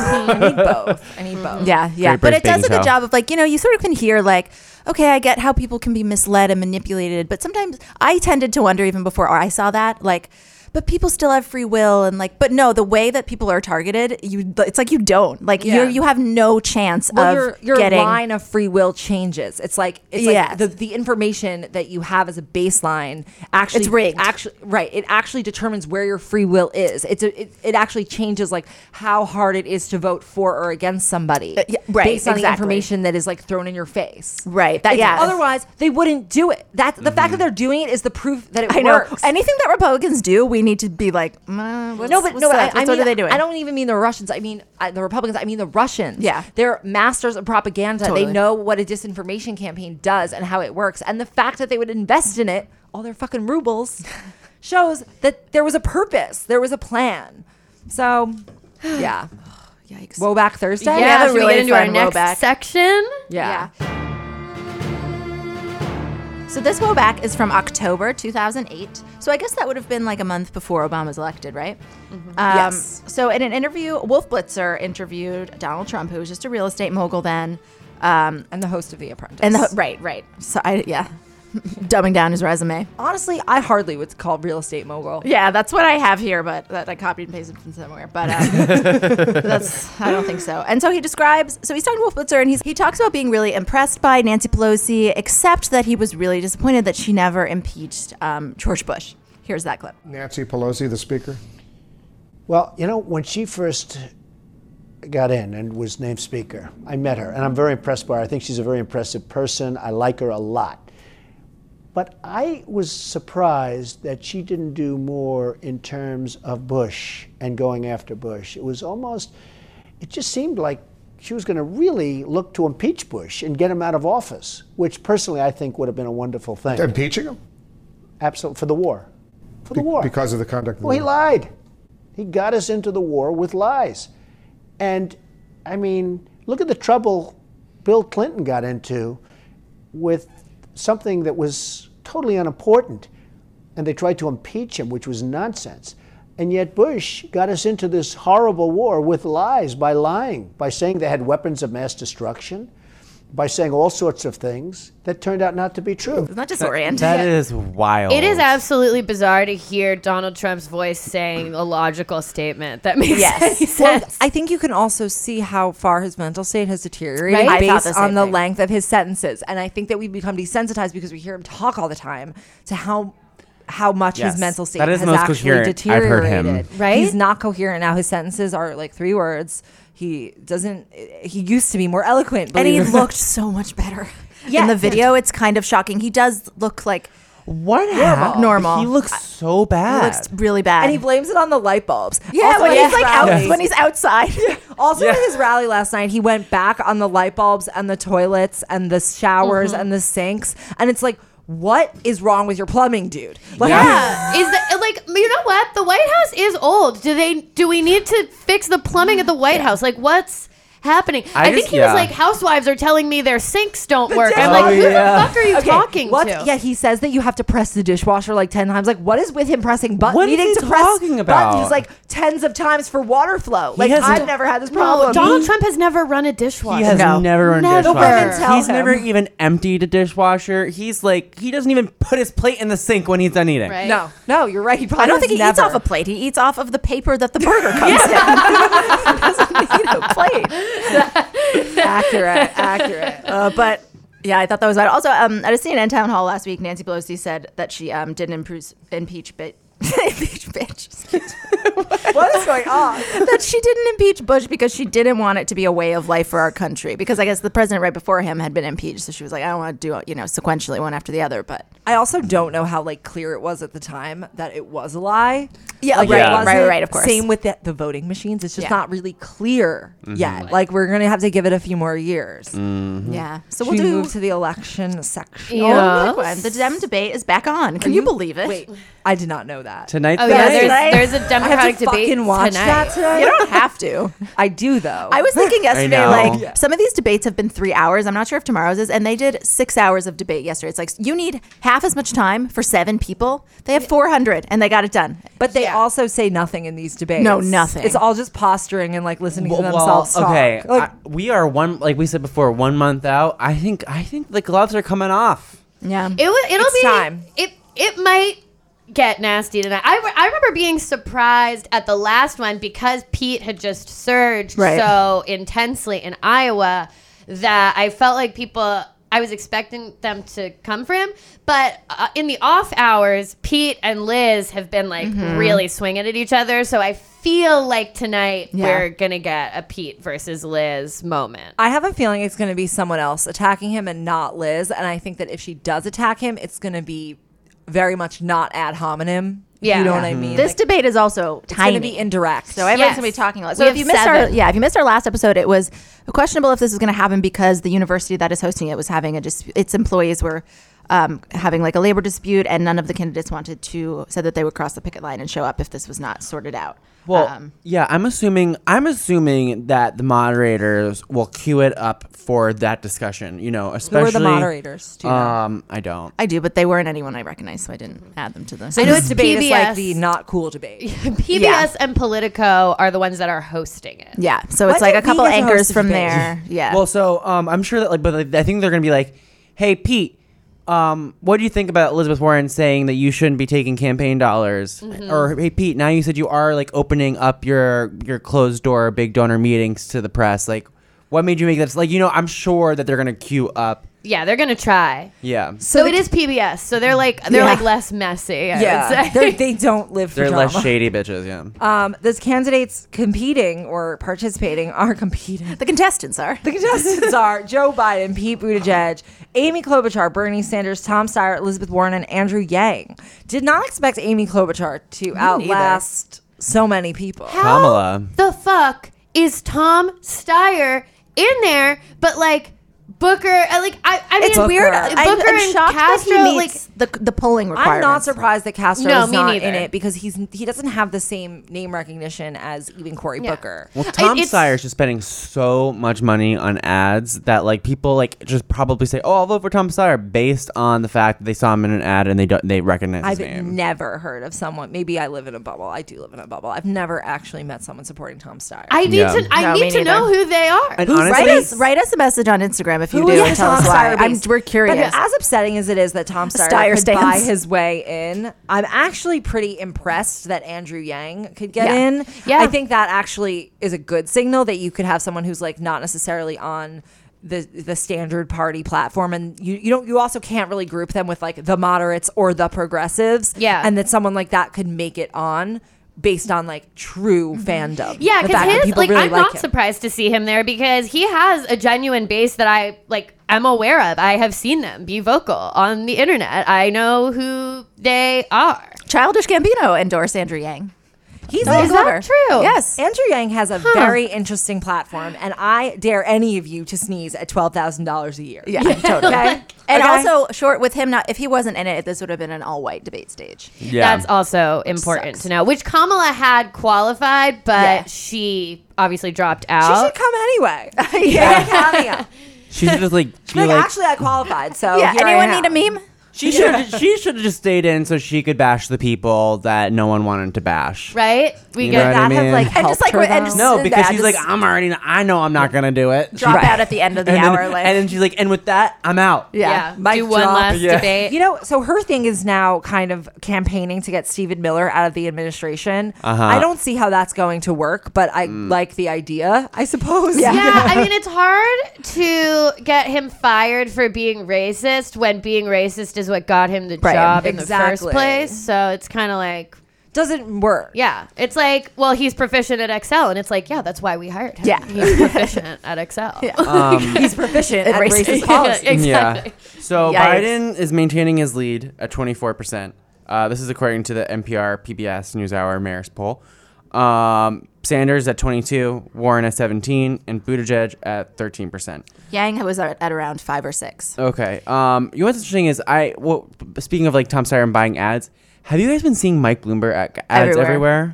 Speaker 1: I need both.
Speaker 2: Yeah, yeah.
Speaker 3: Great
Speaker 2: But
Speaker 3: British
Speaker 2: it does a
Speaker 3: Baking
Speaker 2: good
Speaker 3: Show.
Speaker 2: job of like, you know, you sort of can hear like, okay, I get how people can be misled and manipulated, but sometimes I tended to wonder even before I saw that, like, but people still have free will and like, but no, the way that people are targeted, you it's like you don't. Like
Speaker 1: Yeah.
Speaker 2: you you have no chance
Speaker 1: well,
Speaker 2: of
Speaker 1: your, your
Speaker 2: getting
Speaker 1: line of free will changes. It's like it's
Speaker 2: Yes.
Speaker 1: like the, the information that you have as a baseline actually
Speaker 2: It's rigged.
Speaker 1: Actually, right? It actually determines where your free will is. It's a, it, it actually changes like how hard it is to vote for or against somebody,
Speaker 2: Uh, yeah, right,
Speaker 1: Based on the
Speaker 2: exactly.
Speaker 1: information that is like thrown in your face,
Speaker 2: Right, that-
Speaker 1: It's-
Speaker 2: yeah.
Speaker 1: Otherwise, they wouldn't do it. That the fact that they're doing it is the proof that it
Speaker 2: I know.
Speaker 1: works.
Speaker 2: Anything that Republicans do, we need to be like, mm, what's,
Speaker 1: no, but
Speaker 2: what's
Speaker 1: no,
Speaker 2: up?
Speaker 1: I,
Speaker 2: What's-
Speaker 1: I mean,
Speaker 2: what are they doing?
Speaker 1: I don't even mean the Russians. I mean uh, the Republicans. I mean the Russians.
Speaker 2: Yeah.
Speaker 1: they're masters of propaganda. They
Speaker 2: Totally.
Speaker 1: know what a disinformation campaign does and how it works, and the fact that they would invest in it, all their fucking rubles, shows that there was a purpose. There was a plan. So, yeah.
Speaker 2: Yikes.
Speaker 1: Woe back Thursday.
Speaker 4: Yeah, should we get into our next section?
Speaker 1: Yeah.
Speaker 2: So this blowback is from October 2008. So I guess that would have been like a month before Obama's elected, right?
Speaker 4: Mm-hmm.
Speaker 2: Um,
Speaker 4: Um,
Speaker 1: Yes.
Speaker 2: So in an interview, Wolf Blitzer interviewed Donald Trump, who was just a real estate mogul then, um,
Speaker 1: and the host of The Apprentice.
Speaker 2: and the, right, right. So I yeah, dumbing down his resume.
Speaker 1: Honestly, I hardly would call real estate mogul.
Speaker 2: Yeah, that's what I have here, but that I copied and pasted from somewhere. But uh, that's I don't think so. And so he describes. So he's talking to Wolf Blitzer, and he's, he talks about being really impressed by Nancy Pelosi, except that he was really disappointed that she never impeached um, George Bush. Here's that clip.
Speaker 13: Nancy Pelosi, the Speaker? Well, you know, when she first got in and was named Speaker, I met her, and I'm very impressed by her. I think she's a very impressive person. I like her a lot. But I was surprised that she didn't do more in terms of Bush and going after Bush. It was almost, it just seemed like she was going to really look to impeach Bush and get him out of office, which personally I think would have been a wonderful thing.
Speaker 8: Impeaching him?
Speaker 13: Absolutely. For the war. For the
Speaker 5: Be-
Speaker 13: war.
Speaker 5: Because of the conduct of the
Speaker 13: Well, he
Speaker 5: war.
Speaker 13: lied. He got us into the war with lies. And I mean, look at the trouble Bill Clinton got into with something that was totally unimportant. And they tried to impeach him, which was nonsense. And yet, Bush got us into this horrible war with lies by lying, by saying they had weapons of mass destruction, by saying all sorts of things that turned out not to be true.
Speaker 2: It's not
Speaker 3: That- that is wild.
Speaker 4: It is absolutely bizarre to hear Donald Trump's voice saying a logical statement that makes any sense.
Speaker 1: Well, I think you can also see how far his mental state has deteriorated
Speaker 4: Right? I thought
Speaker 1: based
Speaker 4: the same
Speaker 1: on the
Speaker 4: thing.
Speaker 1: length of his sentences, and I think that we've become desensitized because we hear him talk all the time to how how much
Speaker 3: Yes.
Speaker 1: his mental state
Speaker 3: That is
Speaker 1: has
Speaker 3: most
Speaker 1: actually
Speaker 3: coherent I've heard him.
Speaker 1: deteriorated. Right? He's not coherent now. His sentences are like three words. He doesn't. He used to be more eloquent,
Speaker 2: and he
Speaker 1: believe it or
Speaker 2: looked
Speaker 1: not.
Speaker 2: so much better
Speaker 1: Yeah.
Speaker 2: in the video. It's kind of shocking. He does look like
Speaker 3: what
Speaker 2: normal. normal. He
Speaker 3: looks so bad.
Speaker 2: He looks really bad.
Speaker 1: And he blames it on the light bulbs.
Speaker 2: Yeah,
Speaker 1: Also,
Speaker 2: when
Speaker 1: at
Speaker 2: he's,
Speaker 1: his
Speaker 2: like, out-
Speaker 1: rallies-
Speaker 2: when he's outside.
Speaker 1: Also, at his rally last night, he went back on the light bulbs and the toilets and the showers
Speaker 4: Mhm.
Speaker 1: and the sinks, and it's like, what is wrong with your plumbing, dude? Like,
Speaker 4: yeah, is that like you know what? The White House is old. Do they? Do we need to fix the plumbing at the White House? Like what's happening?
Speaker 1: I
Speaker 4: I,
Speaker 1: just-
Speaker 4: think he
Speaker 1: yeah. Oh,
Speaker 4: was like, housewives are telling me their sinks don't
Speaker 1: The
Speaker 4: work. I'm
Speaker 1: dishwasher.
Speaker 4: like, who the fuck are you
Speaker 1: Okay,
Speaker 4: talking
Speaker 1: what-
Speaker 4: to?
Speaker 1: Yeah, he says that you have to press the dishwasher like ten times. Like, what is with him pressing buttons?
Speaker 3: What is
Speaker 1: needing
Speaker 3: he
Speaker 1: to press
Speaker 3: talking about?
Speaker 1: buttons like tens of times for water flow.
Speaker 3: He
Speaker 1: Like,
Speaker 3: has
Speaker 1: I've
Speaker 3: no-
Speaker 1: never had this
Speaker 4: No,
Speaker 1: problem.
Speaker 4: Donald Trump has never run a dishwasher.
Speaker 3: He has never run a
Speaker 4: Never.
Speaker 3: dishwasher. He's
Speaker 4: him.
Speaker 3: never even emptied a dishwasher. He's like he doesn't even put his plate in the sink when he's done eating.
Speaker 1: No, no, you're right. He probably
Speaker 2: I don't
Speaker 1: has
Speaker 2: think he eats
Speaker 1: never.
Speaker 2: off a plate. He eats off of the paper that the burger comes in.
Speaker 1: accurate, accurate.
Speaker 2: Uh, but yeah, I thought that was bad. Also, um, at a CNN town hall last week, Nancy Pelosi said that she um, didn't improve, impeach, but
Speaker 1: what is going on?
Speaker 2: that she didn't impeach Bush because she didn't want it to be a way of life for our country. Because I guess the president right before him had been impeached, so she was like, I don't want to do it, you know, sequentially one after the other. But
Speaker 1: I also don't know how like clear it was at the time that it was a lie.
Speaker 2: Yeah,
Speaker 1: Like,
Speaker 2: right,
Speaker 1: it
Speaker 2: right,
Speaker 1: wasn't-
Speaker 2: right, right, of course.
Speaker 1: Same with the, the voting machines. It's just
Speaker 2: Yeah.
Speaker 1: not really clear
Speaker 3: Mm-hmm.
Speaker 2: Mhm.
Speaker 1: yet. Like we're gonna have to give it a few more years.
Speaker 3: Mhm.
Speaker 2: Yeah. So
Speaker 1: Should
Speaker 2: we'll
Speaker 1: we
Speaker 2: do-
Speaker 1: move to the election section.
Speaker 2: Oh, look, Gwen, the Dem debate is back on. Can
Speaker 1: Are
Speaker 2: you,
Speaker 1: you-
Speaker 2: believe it?
Speaker 1: wait. I did not know that.
Speaker 3: Tonight,
Speaker 2: Oh, yeah, there's-
Speaker 1: Tonight?
Speaker 2: there's a
Speaker 1: I
Speaker 2: Democratic
Speaker 1: have to
Speaker 2: debate
Speaker 1: fucking watch
Speaker 2: tonight.
Speaker 1: that tonight.
Speaker 2: You don't have to.
Speaker 1: I do though.
Speaker 2: I was thinking yesterday,
Speaker 1: know.
Speaker 2: like
Speaker 1: Yeah.
Speaker 2: some of these debates have been three hours. I'm not sure if tomorrow's is, and they did six hours of debate yesterday. It's like you need half as much time for seven people. They have 400, and they got it done.
Speaker 1: But they also say nothing in these debates.
Speaker 2: No, nothing.
Speaker 1: It's all just posturing and like listening to
Speaker 3: Well,
Speaker 1: themselves talk.
Speaker 3: okay,
Speaker 1: Like,
Speaker 3: I- we are one like we said before, one month out. I think I think the gloves are coming off.
Speaker 2: Yeah.
Speaker 4: It will. It'll
Speaker 3: It's
Speaker 4: be.
Speaker 3: time.
Speaker 4: It it might get nasty tonight. I, re- I remember being surprised at the last one because Pete had just surged
Speaker 2: Right.
Speaker 4: so intensely in Iowa that I felt like people. I was expecting them to come for him, but uh, in the off hours, Pete and Liz have been like
Speaker 2: Mhm.
Speaker 4: really swinging at each other. So I feel like tonight
Speaker 1: Yeah.
Speaker 4: we're gonna get a Pete versus Liz moment.
Speaker 1: I have a feeling it's going to be someone else attacking him and not Liz. And I think that if she does attack him, it's going to be very much not ad hominem. You know what
Speaker 3: Mm-hmm.
Speaker 1: I mean?
Speaker 2: This
Speaker 1: Like,
Speaker 2: debate is also
Speaker 1: it's going
Speaker 2: tiny.
Speaker 1: to be indirect.
Speaker 2: So everyone's gonna be talking a lot. So if you missed our yeah, if you missed our last episode, it was questionable if this was gonna happen because the university that is hosting it was having a dis- its employees were um, having like a labor dispute, and none of the candidates wanted to said that they would cross the picket line and show up if this was not sorted out.
Speaker 3: Well,
Speaker 4: um,
Speaker 3: yeah, I'm assuming I'm assuming that the moderators will queue it up for that discussion. You know,
Speaker 2: Who are the
Speaker 3: especially
Speaker 2: moderators? Do you know?
Speaker 3: um, I don't.
Speaker 2: I do, but they weren't anyone I recognized, so I didn't add them to the.
Speaker 4: I know it's PBS.
Speaker 1: not cool debate.
Speaker 4: PBS and Politico are the ones that are hosting it.
Speaker 2: Yeah, so it's like a couple anchors from there. Yeah.
Speaker 3: Well, so um, I'm sure that like, but like, I think they're gonna be like, "Hey, Pete, um, what do you think about Elizabeth Warren saying that you shouldn't be taking campaign dollars?"
Speaker 4: Mhm.
Speaker 3: Or, "Hey, Pete, now you said you are like opening up your your closed door big donor meetings to the press. Like, what made you make that? Like, you know, I'm sure that they're gonna queue up.
Speaker 4: Yeah, they're gonna try.
Speaker 3: Yeah.
Speaker 4: So, it is PBS. So they're like they're
Speaker 1: Yeah.
Speaker 4: like less messy. I
Speaker 1: Yeah.
Speaker 4: would say.
Speaker 1: They're- they don't live for
Speaker 3: They're less
Speaker 1: drama.
Speaker 3: shady bitches. Yeah.
Speaker 1: Um, those candidates competing or participating are competing.
Speaker 2: The contestants are.
Speaker 1: The contestants are Joe Biden, Pete Buttigieg, Amy Klobuchar, Bernie Sanders, Tom Steyer, Elizabeth Warren, and Andrew Yang. Did not expect Amy Klobuchar to outlast so many people.
Speaker 3: Kamala.
Speaker 4: the fuck is Tom Steyer in there? But like Booker, I, like I, I mean,
Speaker 1: It's weird.
Speaker 4: Booker
Speaker 1: I'm- I'm
Speaker 4: and
Speaker 1: shocked that he meets
Speaker 4: Castro, like
Speaker 2: the the polling
Speaker 1: I'm not
Speaker 2: requirements.
Speaker 1: surprised that Castro
Speaker 4: No,
Speaker 1: is
Speaker 4: me
Speaker 1: not in
Speaker 4: neither.
Speaker 1: it because he's he doesn't have the same name recognition as even Cory Booker.
Speaker 3: Well, Tom Sire is just spending so much money on ads that like people like just probably say, "Oh, I'll vote for Tom Sire" based on the fact that they saw him in an ad and they don't, they recognize
Speaker 1: I've
Speaker 3: his name.
Speaker 1: never heard of someone. Maybe I live in a bubble. I do live in a bubble. I've never actually met someone supporting Tom Steyer.
Speaker 4: I need
Speaker 3: Yeah.
Speaker 4: to I
Speaker 1: No, me
Speaker 4: need to know
Speaker 1: neither.
Speaker 4: who they are.
Speaker 3: And
Speaker 2: Who's-
Speaker 3: honestly,
Speaker 2: write us write us a message on Instagram if you
Speaker 1: Who
Speaker 2: do
Speaker 1: is
Speaker 2: and
Speaker 1: the
Speaker 2: tell
Speaker 1: Tom
Speaker 2: us why.
Speaker 1: Steyer
Speaker 2: I'm,
Speaker 1: base?
Speaker 2: we're curious.
Speaker 1: But as upsetting as it is that Tom Steyer,
Speaker 2: Steyer
Speaker 1: could buy
Speaker 2: stands.
Speaker 1: his way in, I'm actually pretty impressed that Andrew Yang could get
Speaker 2: Yeah.
Speaker 1: in.
Speaker 2: Yeah.
Speaker 1: I think that actually is a good signal that you could have someone who's like not necessarily on the the standard party platform and you you don't you also can't really group them with like the moderates or the progressives.
Speaker 4: Yeah.
Speaker 1: And that someone like that could make it on based on like true fandom.
Speaker 4: Yeah,
Speaker 1: The fact that
Speaker 4: because his
Speaker 1: people
Speaker 4: like
Speaker 1: really
Speaker 4: I'm
Speaker 1: him.
Speaker 4: not surprised to see him there because he has a genuine base that I like am aware of. I have seen them be vocal on the internet. I know who they are.
Speaker 2: Childish Gambino endorse Andrew Yang.
Speaker 1: He's
Speaker 2: Oh,
Speaker 1: a
Speaker 2: is
Speaker 1: goer.
Speaker 2: that true? Yes.
Speaker 1: Andrew Yang has a
Speaker 2: Huh.
Speaker 1: very interesting platform, and I dare any of you to sneeze at twelve thousand dollars a year.
Speaker 2: Yeah, totally.
Speaker 1: Okay?
Speaker 2: And
Speaker 1: Okay?
Speaker 2: also, short with him not if he wasn't in it, this would have been an all white debate stage.
Speaker 3: Yeah.
Speaker 4: That's also important to know. Which Kamala had qualified, but
Speaker 2: Yeah.
Speaker 4: she obviously dropped
Speaker 1: she
Speaker 4: out.
Speaker 1: should come anyway.
Speaker 2: Yeah.
Speaker 1: yeah.
Speaker 3: She should just like be like.
Speaker 1: actually, I qualified. So
Speaker 2: yeah.
Speaker 1: here I
Speaker 2: Anyone
Speaker 1: am.
Speaker 2: need a meme?
Speaker 3: she should she should have just stayed in so she could bash the people that no one wanted to bash.
Speaker 4: right? We
Speaker 3: You
Speaker 4: get
Speaker 3: know what I
Speaker 4: that.
Speaker 3: mean?
Speaker 4: Have, like,
Speaker 2: And just like and just,
Speaker 3: No, because
Speaker 2: yeah,
Speaker 3: she's like,
Speaker 2: just
Speaker 3: I'm already. I know I'm not gonna do it.
Speaker 2: drop out at the end of the
Speaker 3: and
Speaker 2: hour.
Speaker 3: Then,
Speaker 2: like,
Speaker 3: and then she's like, and with that, I'm out.
Speaker 4: yeah.
Speaker 1: Mic
Speaker 4: Do one
Speaker 1: drop.
Speaker 4: last
Speaker 3: Yeah.
Speaker 4: debate.
Speaker 1: You know, so her thing is now kind of campaigning to get Stephen Miller out of the administration.
Speaker 3: Uh-huh. Mm.
Speaker 1: I don't see how that's going to work, but I like the idea, I suppose.
Speaker 4: yeah, I mean, it's hard to get him fired for being racist when being racist is what got him the
Speaker 2: Right.
Speaker 4: job in the
Speaker 1: Exactly.
Speaker 4: first place. So it's kind of like,
Speaker 1: Doesn't work.
Speaker 4: yeah, it's like, well, he's proficient at Excel, and it's like, yeah, that's why we hired him.
Speaker 2: Yeah.
Speaker 4: he's proficient at Excel. Yeah,
Speaker 3: Um,
Speaker 1: He's proficient at
Speaker 2: At race-
Speaker 1: racist
Speaker 2: Yeah,
Speaker 1: policy.
Speaker 4: exactly.
Speaker 3: Yeah. So
Speaker 2: Yikes.
Speaker 3: Biden is maintaining his lead at 24%. Uh, this is according to the NPR PBS NewsHour Mayor's poll. Um, Sanders at 22, Warren at 17, and Buttigieg at 13%.
Speaker 2: Yang was at, at around five or six.
Speaker 3: Okay. Um, you know what's interesting is I well b- speaking of like Tom Steyer and buying ads, have you guys been seeing Mike Bloomberg ad- ads
Speaker 2: Everywhere.
Speaker 3: everywhere?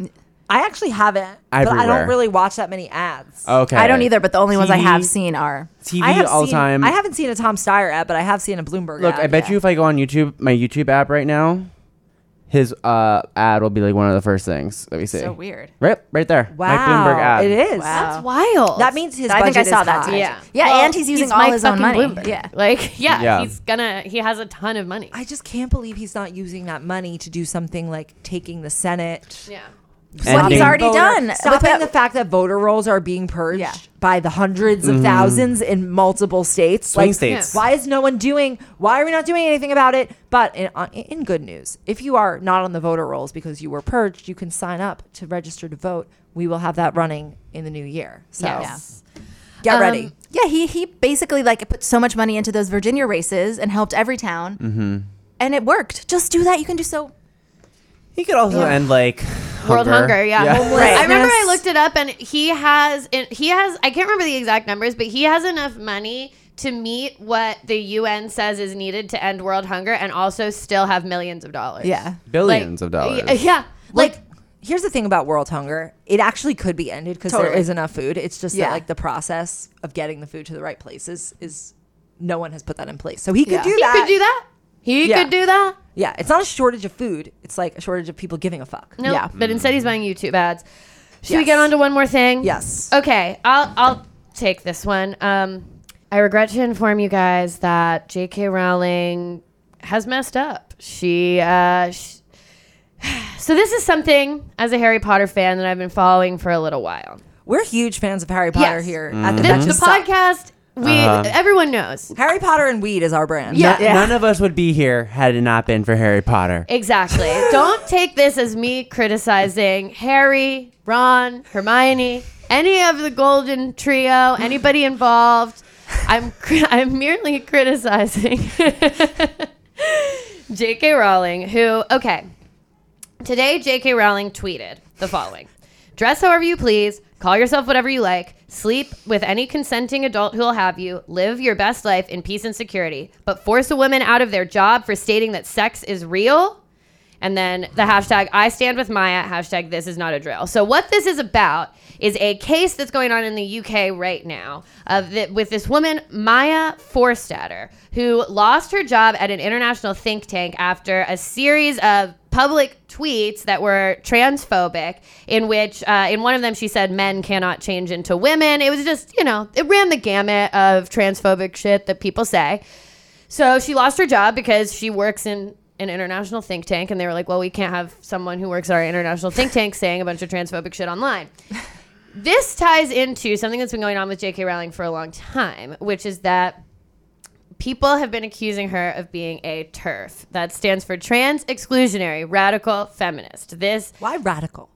Speaker 1: I actually haven't, but I
Speaker 3: Everywhere.
Speaker 1: don't really watch that many ads.
Speaker 3: Okay.
Speaker 2: I don't either, but the only ones I
Speaker 3: TV
Speaker 2: have seen are
Speaker 3: TV
Speaker 1: I have
Speaker 3: all the
Speaker 1: seen-
Speaker 3: time.
Speaker 1: I haven't seen a Tom Steyer ad, but I have seen a Bloomberg
Speaker 3: Look,
Speaker 1: ad.
Speaker 3: I bet you if I go on YouTube, my YouTube app right now, his uh ad will be like one of the first things that we see.
Speaker 2: so weird.
Speaker 3: Right, right there.
Speaker 1: Wow,
Speaker 3: Mike Bloomberg ad.
Speaker 1: it is.
Speaker 4: that's wild.
Speaker 1: That means his
Speaker 2: I think I
Speaker 1: budget
Speaker 2: saw
Speaker 1: is
Speaker 2: that
Speaker 1: high.
Speaker 2: too.
Speaker 4: yeah,
Speaker 2: Yeah, and he's using all
Speaker 4: Mike
Speaker 2: his own
Speaker 4: fucking
Speaker 2: money.
Speaker 4: Bloomberg.
Speaker 2: Yeah.
Speaker 4: like yeah,
Speaker 3: Yeah.
Speaker 4: he's gonna he has a ton of money.
Speaker 1: I just can't believe he's not using that money to do something like taking the Senate.
Speaker 4: yeah,
Speaker 2: Well, he's
Speaker 3: Ending-
Speaker 2: already
Speaker 1: voter-
Speaker 2: done. With
Speaker 1: Stopping
Speaker 2: that-
Speaker 1: the fact that voter rolls are being purged
Speaker 2: Yeah.
Speaker 1: by the hundreds of thousands in multiple states.
Speaker 3: Mm. Swing states.
Speaker 1: Why is no one doing? Why are we not doing anything about it? But in, on- in good news, if you are not on the voter rolls because you were purged, you can sign up to register to vote. We will have that running in the new year. So
Speaker 2: Yes.
Speaker 1: get
Speaker 4: Um,
Speaker 1: ready.
Speaker 2: Yeah, he he basically like put so much money into those Virginia races and helped every town,
Speaker 3: Mm-hmm.
Speaker 2: and it worked. Just do that. You can do so.
Speaker 3: He could also end like
Speaker 4: World hunger, yeah. Homeless-
Speaker 2: Right.
Speaker 4: I remember I
Speaker 1: Homelessness.
Speaker 4: looked it up, and he has he has I can't remember the exact numbers, but he has enough money to meet what the UN says is needed to end world hunger, and also still have millions of dollars.
Speaker 2: Yeah.
Speaker 3: Billions of dollars.
Speaker 4: Yeah, yeah.
Speaker 1: Like,
Speaker 4: like
Speaker 1: here's the thing about world hunger: it actually could be ended because there
Speaker 2: Totally.
Speaker 1: is enough food. It's just
Speaker 2: Yeah.
Speaker 1: that like the process of getting the food to the right places is no one has put that in place. So he could
Speaker 2: Yeah.
Speaker 1: do
Speaker 4: he
Speaker 1: that.
Speaker 4: could do that. He
Speaker 1: Yeah.
Speaker 4: could do that.
Speaker 1: Yeah, it's not a shortage of food. It's like a shortage of people giving a fuck.
Speaker 4: No,
Speaker 2: Yeah.
Speaker 4: but instead he's buying YouTube ads. Should we
Speaker 1: Yes.
Speaker 4: get on to one more thing?
Speaker 1: Yes.
Speaker 4: Okay, I'll I'll take this one. Um, I regret to inform you guys that J.K. Rowling has messed up. She, uh, sh so this is something as a Harry Potter fan that I've been following for a little while.
Speaker 1: We're huge fans of Harry Potter
Speaker 4: Yes. Mm-hmm.
Speaker 1: here at the,
Speaker 4: The,
Speaker 1: Duchess
Speaker 4: the
Speaker 1: Suck.
Speaker 4: podcast, we everyone knows
Speaker 1: Harry Potter and weed is our brand.
Speaker 4: Yeah.
Speaker 3: No- None of us would be here had it not been for Harry Potter.
Speaker 4: exactly. Don't take this as me criticizing Harry, Ron, Hermione, any of the Golden Trio, anybody involved. I'm cri- I'm merely criticizing J.K. Rowling, who okay. Today, J.K. Rowling tweeted the following Dress however you please, call yourself whatever you like, Sleep with any consenting adult who'll have you. Live your best life in peace and security. But force a woman out of their job for stating that sex is real. And then the hashtag I stand with Maya, hashtag this is not a drill. So, what this is about is a case that's going on in the UK right now of the, with this woman, Maya Forstatter, who lost her job at an international think tank after a series of public tweets that were transphobic in which uh, in one of them she said men cannot change into women it was just you know it ran the gamut of transphobic shit that people say so she lost her job because she works in an international think tank and they were like well we can't have someone who works at our international think tank saying a bunch of transphobic shit online this ties into something that's been going on with jk rowling for a long time which is that people have been accusing her of being a TERF. That stands for trans exclusionary radical feminist. This
Speaker 1: why radical?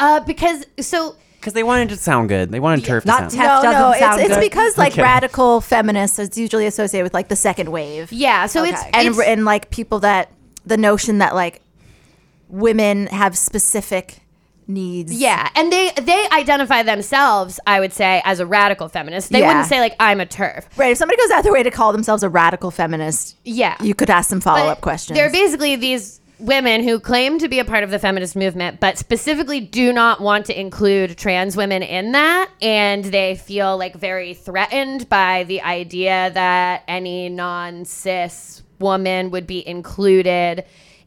Speaker 4: Uh, because so
Speaker 3: Because they wanted to sound good. They wanted turf
Speaker 1: not
Speaker 3: to
Speaker 1: tech-
Speaker 3: sound
Speaker 1: doesn't
Speaker 11: no, it's,
Speaker 1: sound
Speaker 11: it's
Speaker 1: good.
Speaker 11: because like
Speaker 3: Okay.
Speaker 11: radical feminists is usually associated with like the second wave.
Speaker 4: Yeah, so it's-
Speaker 11: and
Speaker 4: it's-
Speaker 11: and like people that the notion that like women have specific needs.
Speaker 4: yeah, and they they identify themselves, I would say, as a radical feminist. They
Speaker 11: Yeah.
Speaker 4: wouldn't say like I'm a TERF.
Speaker 11: Right. If somebody goes out their way to call themselves a radical feminist,
Speaker 4: Yeah.
Speaker 11: you could ask some follow up questions.
Speaker 4: They're basically these women who claim to be a part of the feminist movement, but specifically do not want to include trans women in that. And they feel like very threatened by the idea that any non cis woman would be included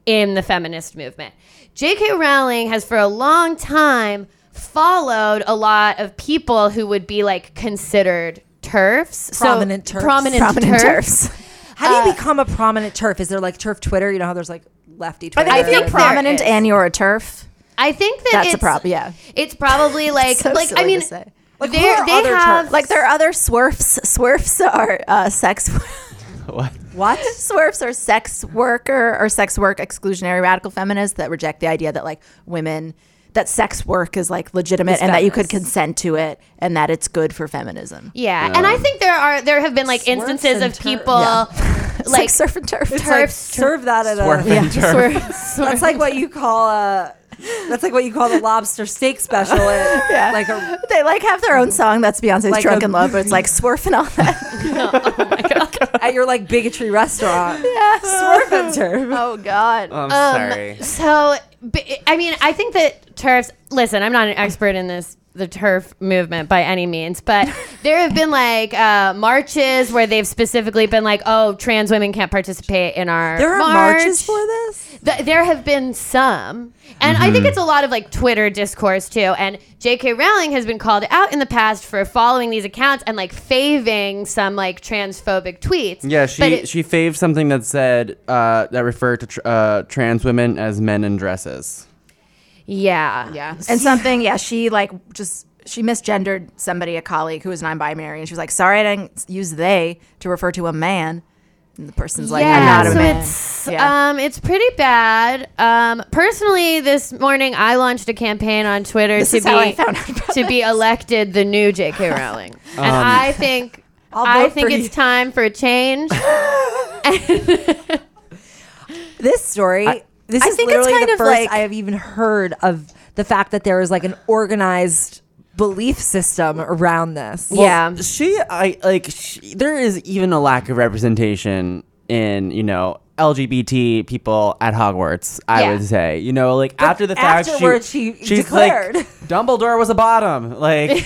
Speaker 4: in the feminist movement. J.K. Rowling has for a long time followed a lot of people who would be like considered turfs.
Speaker 1: Prominent
Speaker 4: so,
Speaker 1: TERFs.
Speaker 4: Prominent, Uh,
Speaker 11: Prominent
Speaker 4: TERFs.
Speaker 1: How do you become a prominent turf? Is there like turf Twitter? You know how there's like lefty Twitter.
Speaker 11: I think
Speaker 4: think
Speaker 11: you're
Speaker 4: there
Speaker 11: prominent
Speaker 4: is.
Speaker 11: and you're a turf.
Speaker 4: I think that
Speaker 11: That's
Speaker 4: it's,
Speaker 11: a problem. Yeah.
Speaker 4: It's probably like
Speaker 11: So
Speaker 4: like
Speaker 11: silly
Speaker 4: I mean
Speaker 11: to say.
Speaker 4: like
Speaker 1: who are
Speaker 4: they
Speaker 1: other
Speaker 4: have
Speaker 11: Like there are other swerfs. Swerfs are uh, sex.
Speaker 3: What?
Speaker 1: What?
Speaker 11: Swerfs are sex worker or sex work exclusionary radical feminists that reject the idea that like women that sex work is like legitimate
Speaker 4: Is
Speaker 11: and that you could
Speaker 4: feminist.
Speaker 11: consent to it and that it's good for feminism.
Speaker 4: yeah, and I think there are there have been like instances
Speaker 1: and
Speaker 4: of
Speaker 1: turfs.
Speaker 4: people
Speaker 11: Yeah.
Speaker 4: like,
Speaker 11: It's like, surf and turf.
Speaker 1: It's like
Speaker 4: TERFs,
Speaker 1: serve that at
Speaker 3: Swerf
Speaker 1: a.
Speaker 3: and turf.
Speaker 1: That's like what you call a. That's like what you call the lobster steak special. At,
Speaker 11: Yeah.
Speaker 1: Like a
Speaker 11: They like have their own song that's Beyonce's
Speaker 1: Like
Speaker 11: "Drunk
Speaker 1: a-
Speaker 11: in Love," but it's like swerf and all that.
Speaker 1: at your like bigotry restaurant. Yeah. Swerve and turf.
Speaker 11: oh God.
Speaker 3: I'm
Speaker 4: Um,
Speaker 3: sorry.
Speaker 4: So, but, I mean, I think that turfs. Listen, I'm not an expert in this the turf movement by any means, but there have been like uh, marches where they've specifically been like, "Oh, trans women can't participate in our."
Speaker 1: There are
Speaker 4: march.
Speaker 1: marches for this.
Speaker 4: Th- there have been some. And I
Speaker 3: Hmm.
Speaker 4: think it's a lot of like Twitter discourse too. And J.K. Rowling has been called out in the past for following these accounts and like faving some like transphobic tweets.
Speaker 3: Yeah, she
Speaker 4: But it-
Speaker 3: she faved something that said uh, that referred to tr- uh, trans women as men in dresses.
Speaker 4: yeah.
Speaker 11: Yeah. And something, yeah, she like just she misgendered somebody, a colleague who was non-binary, and she was like, "Sorry, I didn't use they to refer to a man." And the person's like, "I'm
Speaker 4: yeah,
Speaker 11: not a
Speaker 4: so
Speaker 11: man."
Speaker 4: it's
Speaker 11: Yeah.
Speaker 4: um, it's pretty bad. Um, personally, this morning I launched a campaign on Twitter
Speaker 11: This
Speaker 4: to
Speaker 11: is
Speaker 4: be
Speaker 11: how I found out about
Speaker 4: to be elected the new J.K. Rowling,
Speaker 3: Um,
Speaker 4: and I think I
Speaker 1: vote
Speaker 4: think
Speaker 1: for
Speaker 4: it's
Speaker 1: you.
Speaker 4: time for a change.
Speaker 1: This story. this
Speaker 11: I
Speaker 1: is
Speaker 11: think it's
Speaker 1: literally
Speaker 11: kind
Speaker 1: the
Speaker 11: of
Speaker 1: first
Speaker 11: like-
Speaker 1: I have even heard of the fact that there is like an organized belief system around this.
Speaker 4: yeah,
Speaker 3: She, I like. She, there is even a lack of representation in you know LGBT people at Hogwarts. I
Speaker 4: Yeah.
Speaker 3: would say you know like after the fact,
Speaker 1: afterwards she
Speaker 3: she, she's like,
Speaker 1: declared.
Speaker 3: Dumbledore was a bottom, like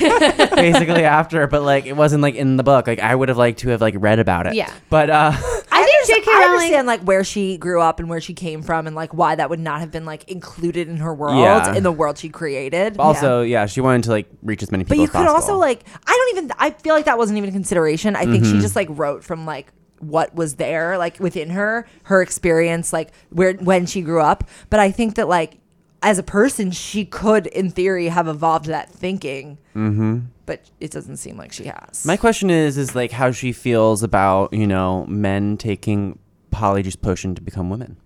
Speaker 3: basically after, but like it wasn't like in the book. Like I would have liked to have like read about it.
Speaker 4: Yeah.
Speaker 3: but uh,
Speaker 4: I, think J.K.
Speaker 1: I
Speaker 4: Rowling.
Speaker 1: understand like where she grew up and where she came from and like why that would not have been like included in her world
Speaker 3: Yeah.
Speaker 1: in the world she created.
Speaker 3: also yeah. she wanted to like reach as many people.
Speaker 1: but you
Speaker 3: as
Speaker 1: could also
Speaker 3: possible.
Speaker 1: like I don't even I feel like that wasn't even a consideration. I think
Speaker 3: Mm-hmm.
Speaker 1: she just like wrote from like what was there like within her her experience like where when she grew up. But I think that like as a person she could in theory have evolved that thinking. Mm-hmm. But it doesn't seem like she has.
Speaker 3: My question is, is like how she feels about you know men taking polyjuice potion to become women.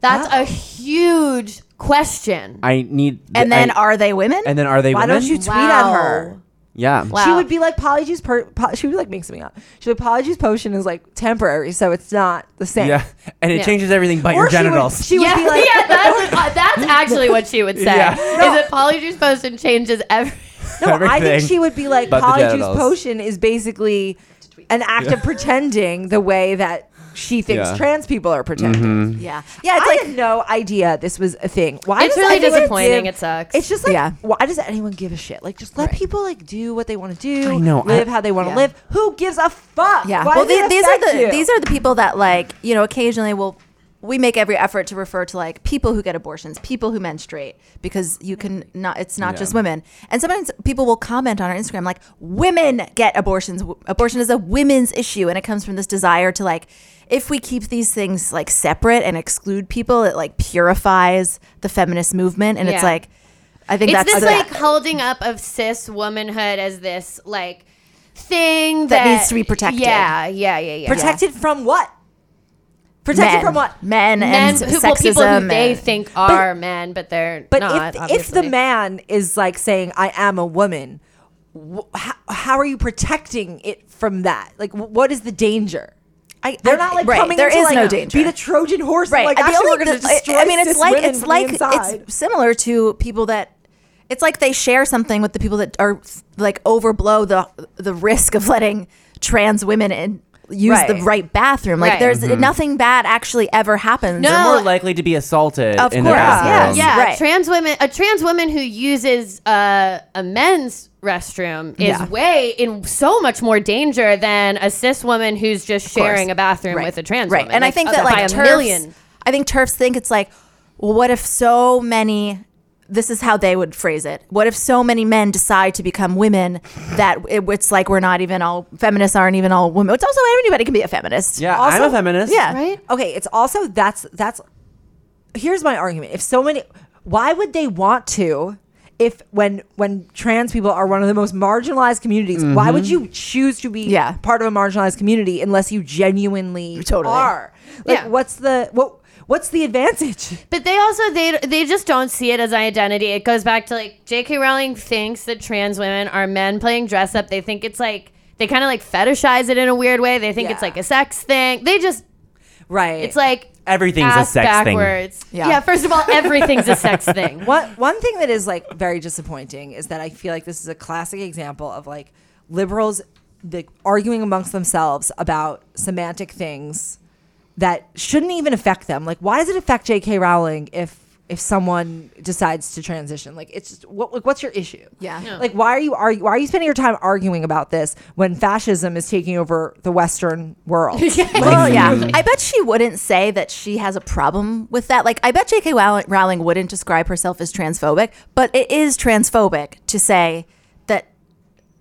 Speaker 4: That's
Speaker 1: Ah.
Speaker 4: a huge question.
Speaker 3: I need.
Speaker 11: and then
Speaker 3: I-
Speaker 11: are they women?
Speaker 3: and then are they
Speaker 1: Why
Speaker 3: women?
Speaker 1: don't you tweet
Speaker 4: Wow.
Speaker 1: at her?
Speaker 3: yeah.
Speaker 4: Wow.
Speaker 1: She would be like Polyjuice. Per- po- she would like make something up. She would Polyjuice potion is like temporary, so it's not the same.
Speaker 3: Yeah. And it
Speaker 4: Yeah.
Speaker 3: changes everything but
Speaker 1: Or
Speaker 3: your
Speaker 1: she would-
Speaker 3: genitals.
Speaker 1: She would,
Speaker 4: yeah,
Speaker 1: be like,
Speaker 4: yeah, that's, uh, that's actually what she would say.
Speaker 3: Yeah.
Speaker 4: Is that Polyjuice Potion changes every.
Speaker 1: No, I think
Speaker 3: everything
Speaker 1: she would be like
Speaker 3: but the
Speaker 1: Polyjuice
Speaker 3: genitals.
Speaker 1: Potion is basically an act of
Speaker 3: Yeah.
Speaker 1: pretending the way that she thinks
Speaker 3: Yeah.
Speaker 1: trans people are pretending.
Speaker 3: Mhm.
Speaker 1: Yeah, yeah. It's I had no idea this was a thing. Why?
Speaker 4: It's
Speaker 1: does
Speaker 4: really
Speaker 1: anyone
Speaker 4: disappointing.
Speaker 1: give-
Speaker 4: It sucks.
Speaker 1: It's just like
Speaker 4: Yeah.
Speaker 1: why does anyone give a shit? Like just let people like do what they want to do.
Speaker 2: I know, I-
Speaker 1: Live how they want to
Speaker 2: Yeah.
Speaker 1: live. Who gives a fuck?
Speaker 2: Yeah.
Speaker 1: Why
Speaker 2: well,
Speaker 1: does it
Speaker 2: the- these are
Speaker 1: affect
Speaker 2: the
Speaker 1: you?
Speaker 2: these are the people that like you know occasionally will we make every effort to refer to like people who get abortions, people who menstruate because you can not it's not
Speaker 11: Yeah.
Speaker 2: just women. And sometimes people will comment on our Instagram like women get abortions. W- Abortion is a women's issue and it comes from this desire to like if we keep these things like separate and exclude people, it like purifies the feminist movement and it's
Speaker 4: Yeah.
Speaker 2: like I think
Speaker 4: it's
Speaker 2: that's
Speaker 4: this
Speaker 2: the-
Speaker 4: like holding up of cis womanhood as this like thing that,
Speaker 2: That needs to be protected.
Speaker 4: Yeah, yeah, yeah, yeah.
Speaker 1: Protected from what? Protected
Speaker 2: Men.
Speaker 1: from what?
Speaker 2: Men and
Speaker 4: who, well, people who
Speaker 2: sexism
Speaker 4: they
Speaker 2: and-
Speaker 4: think
Speaker 1: But-
Speaker 4: are men, but they're
Speaker 1: But
Speaker 4: not.
Speaker 1: if if the
Speaker 4: obviously.
Speaker 1: man is like saying I am a woman, wh- how, how are you protecting it from that? Like wh- what is the danger? I, they're not like
Speaker 2: right,
Speaker 1: coming.
Speaker 2: there
Speaker 1: into,
Speaker 2: is
Speaker 1: like,
Speaker 2: no danger.
Speaker 1: Be the Trojan horse.
Speaker 2: right.
Speaker 1: Right. Like
Speaker 2: The
Speaker 1: actually, we're
Speaker 2: only-
Speaker 1: going to
Speaker 2: the- I-
Speaker 1: destroy.
Speaker 2: I mean, it's
Speaker 1: cis
Speaker 2: like
Speaker 1: women
Speaker 2: it's
Speaker 1: from
Speaker 2: like
Speaker 1: the inside.
Speaker 2: it's similar to people that it's like they share something with the people that are like overblow the the risk of letting trans women in use the
Speaker 3: Right.
Speaker 2: right bathroom. Like
Speaker 3: Right.
Speaker 2: there's
Speaker 3: Mhm.
Speaker 2: nothing bad actually ever happens.
Speaker 3: They're more likely to be assaulted
Speaker 2: Of
Speaker 3: in
Speaker 2: course,
Speaker 3: the bathroom.
Speaker 4: yeah, trans women, a trans woman who uses uh, a men's restroom is
Speaker 3: Yeah.
Speaker 4: way in so much more danger than a cis woman who's just
Speaker 2: course.
Speaker 4: sharing a bathroom
Speaker 2: Right.
Speaker 4: with a trans
Speaker 2: right.
Speaker 4: woman.
Speaker 2: And I think that
Speaker 4: by
Speaker 2: like
Speaker 4: a
Speaker 2: turfs,
Speaker 4: million.
Speaker 2: I think turfs think it's like, well, what if so many? This is how they would phrase it. What if so many men decide to become women that it, it's like we're not even all feminists aren't even all women. It's also anybody can be a feminist.
Speaker 1: Also-
Speaker 2: Yeah,
Speaker 1: Right? Okay, it's also that's that's here's my argument. If so many why would they want to if when when trans people are one of the most marginalized communities, why would
Speaker 2: Mhm.
Speaker 1: you choose to be
Speaker 2: Yeah.
Speaker 1: part of a marginalized community unless you genuinely
Speaker 2: Totally.
Speaker 1: are? Like what's the what what's the advantage?
Speaker 4: But they also they they just don't see it as an identity. It goes back to like J.K. Rowling thinks that trans women are men playing dress up. They think it's like they kind of like fetishize it in a weird way. They think it's like a sex thing. They just
Speaker 1: right.
Speaker 4: It's like
Speaker 3: Everything's a
Speaker 4: ass
Speaker 3: sex thing.
Speaker 4: backwards. Yeah. First of all, everything's a sex thing.
Speaker 1: What one thing that is like very disappointing is that I feel like this is a classic example of like liberals the arguing amongst themselves about semantic things that shouldn't even affect them. Like, why does it affect J.K. Rowling if if someone decides to transition? Like, it's just what like what's your issue?
Speaker 2: Yeah. Yeah.
Speaker 1: Like, why are you argu- Why are you spending your time arguing about this when fascism is taking over the Western world?
Speaker 2: well, yeah. I bet she wouldn't say that she has a problem with that. Like, I bet J.K. Row- Rowling wouldn't describe herself as transphobic, but it is transphobic to say that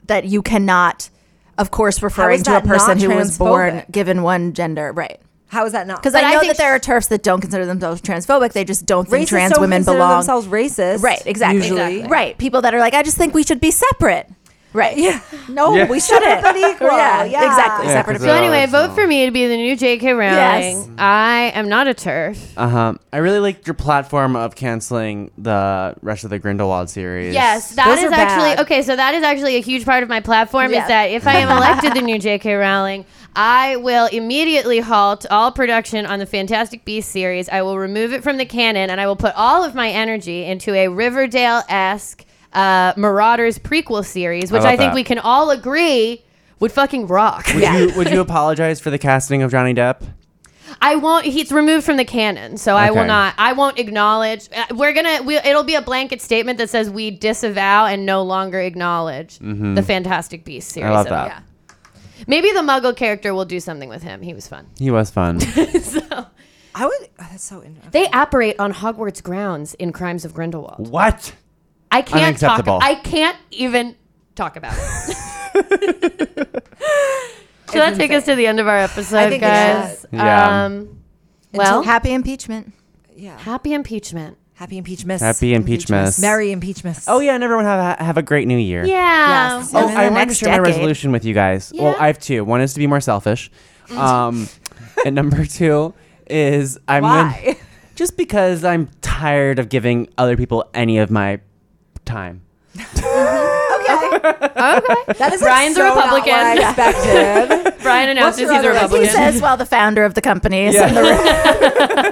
Speaker 2: that you cannot, of course, referring
Speaker 1: is
Speaker 2: to a
Speaker 1: that not
Speaker 2: person who was born
Speaker 1: transphobic?
Speaker 2: given one gender, right?
Speaker 1: How is that not?
Speaker 2: Because I know that there are turfs that don't consider themselves transphobic; they just don't think
Speaker 1: Racists
Speaker 2: trans
Speaker 1: don't
Speaker 2: women
Speaker 1: consider
Speaker 2: belong.
Speaker 1: themselves racist,
Speaker 2: Right? Exactly.
Speaker 1: Usually.
Speaker 2: Right. People that are like, I just think we should be separate. Right. Yeah. No,
Speaker 1: Yeah.
Speaker 2: we shouldn't.
Speaker 1: Separate but equal.
Speaker 2: Yeah.
Speaker 1: Yeah.
Speaker 2: Exactly.
Speaker 3: Yeah,
Speaker 2: separate.
Speaker 3: 'cause
Speaker 2: but
Speaker 3: they're
Speaker 4: So
Speaker 3: all
Speaker 2: equal.
Speaker 4: anyway, vote for me to be the new J.K. Rowling.
Speaker 2: Yes.
Speaker 4: I am not a turf.
Speaker 3: Uh-huh. I really liked your platform of canceling the rest of the Grindelwald series.
Speaker 4: Yes, that is actually okay. So that is actually a huge part of my platform
Speaker 2: Yeah.
Speaker 4: is that if I am elected the new J.K. Rowling, I will immediately halt all production on the Fantastic Beasts series. I will remove it from the canon, and I will put all of my energy into a Riverdale esque uh, Marauders prequel series,
Speaker 3: How
Speaker 4: which
Speaker 3: about
Speaker 4: I think
Speaker 3: that?
Speaker 4: we can all agree would fucking rock.
Speaker 3: Would, you, would you apologize for the casting of Johnny Depp?
Speaker 4: I won't. He's removed from the canon, so I will
Speaker 3: Okay.
Speaker 4: not. I won't acknowledge. uh, We're gonna. We, it'll be a blanket statement that says we disavow and no longer acknowledge
Speaker 3: Mhm.
Speaker 4: the Fantastic Beasts series.
Speaker 3: I love
Speaker 4: of-
Speaker 3: that.
Speaker 4: yeah. Maybe the Muggle character will do something with him. He was fun.
Speaker 3: He was fun.
Speaker 1: I would. Oh, that's so interesting.
Speaker 4: They operate on Hogwarts grounds in Crimes of Grindelwald.
Speaker 3: what?
Speaker 4: I can't talk.
Speaker 3: Unacceptable.
Speaker 4: I can't even talk about it. Should that take us to the end of our episode,
Speaker 2: I think it
Speaker 4: guys?
Speaker 2: should. Yeah.
Speaker 4: Um,
Speaker 2: Until
Speaker 4: well,
Speaker 2: happy impeachment.
Speaker 1: Yeah.
Speaker 4: Happy impeachment.
Speaker 1: Happy impeachment.
Speaker 3: Happy impeachment.
Speaker 1: Merry impeachment.
Speaker 3: Oh yeah, and everyone have a, have a great new year.
Speaker 4: Yeah.
Speaker 1: Yes.
Speaker 3: Oh,
Speaker 1: In the
Speaker 3: I wanted to
Speaker 1: next
Speaker 3: share my
Speaker 1: decade.
Speaker 3: resolution with you guys. Well, I have two. One is to be more selfish, um, and number two is I'm Gonna,
Speaker 1: Why?
Speaker 3: just because I'm tired of giving other people any of my time.
Speaker 2: Mm-hmm.
Speaker 1: That is
Speaker 4: Brian's
Speaker 1: Brian's
Speaker 4: a
Speaker 1: like so
Speaker 4: Republican.
Speaker 1: Not what I expected.
Speaker 4: Brian announces he's a
Speaker 2: He
Speaker 4: Republican.
Speaker 2: says, well, the founder of the company is in the room.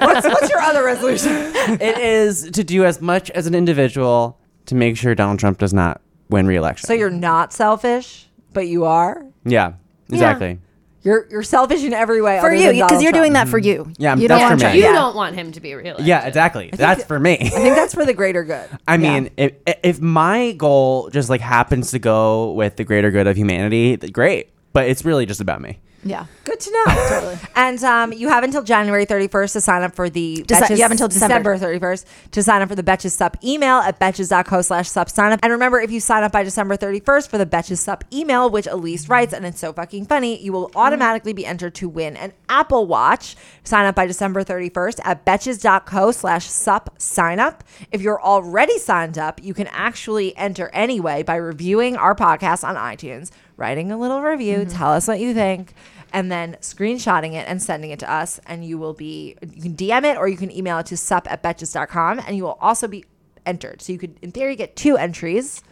Speaker 1: what's, what's your other resolution?
Speaker 3: it is to do as much as an individual to make sure Donald Trump does not win re-election.
Speaker 1: So you're not selfish, but you are.
Speaker 3: yeah, exactly.
Speaker 1: You're you're selfish in every way
Speaker 2: For
Speaker 1: other
Speaker 2: you,
Speaker 1: than
Speaker 2: 'cause
Speaker 1: Donald
Speaker 2: you're doing
Speaker 1: Trump.
Speaker 2: that for you.
Speaker 3: Yeah, You don't that's for want me. Trump.
Speaker 4: You
Speaker 3: Yeah.
Speaker 4: don't want him to be reelected.
Speaker 3: Yeah, exactly. That's for me.
Speaker 1: I think that's for the greater good.
Speaker 3: I mean, if, if my goal just like happens to go with the greater good of humanity, th- great. But it's really just about me.
Speaker 1: Yeah, good to know. And um, you have until January 31st to sign up for the
Speaker 2: Dece-
Speaker 1: Betches-
Speaker 2: you have until December.
Speaker 1: 31st to sign up for the Betches Sup email at betches.co slash sup sign up. And remember, if you sign up by December 31st for the Betches Sup email, which Elise writes, and it's so fucking funny, you
Speaker 2: Mm-hmm.
Speaker 1: will automatically be entered to win an Apple Watch. Sign up by December 31st at betches.co slash sup sign up. If you're already signed up, you can actually enter anyway by reviewing our podcast on iTunes, writing a little review,
Speaker 2: Mm-hmm.
Speaker 1: tell us what you think and then screenshotting it and sending it to us. And you will be, you can DM it or you can email it to sup at betches.com and you will also be entered. So you could, in theory, get two entries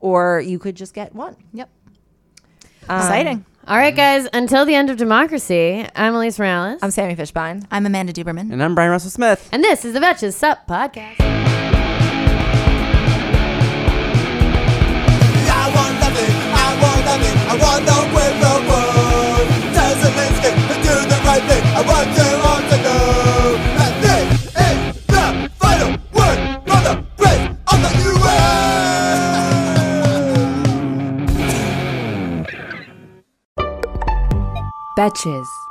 Speaker 1: or you could just get one.
Speaker 2: Yep.
Speaker 1: Um,
Speaker 2: Exciting.
Speaker 4: All right, guys. Until the end of democracy, I'm Elise Morales. I'm
Speaker 1: Sammy Fishbein.
Speaker 2: I'm Amanda Duberman.
Speaker 3: And I'm Brian Russell Smith.
Speaker 4: And this is the Betches Sup podcast.
Speaker 5: I want nothing, I want nothing, I want no with the world. Does the landscape and do the right thing? I want to want to know. That thing is the final word from the president of the U.S.
Speaker 14: Betches.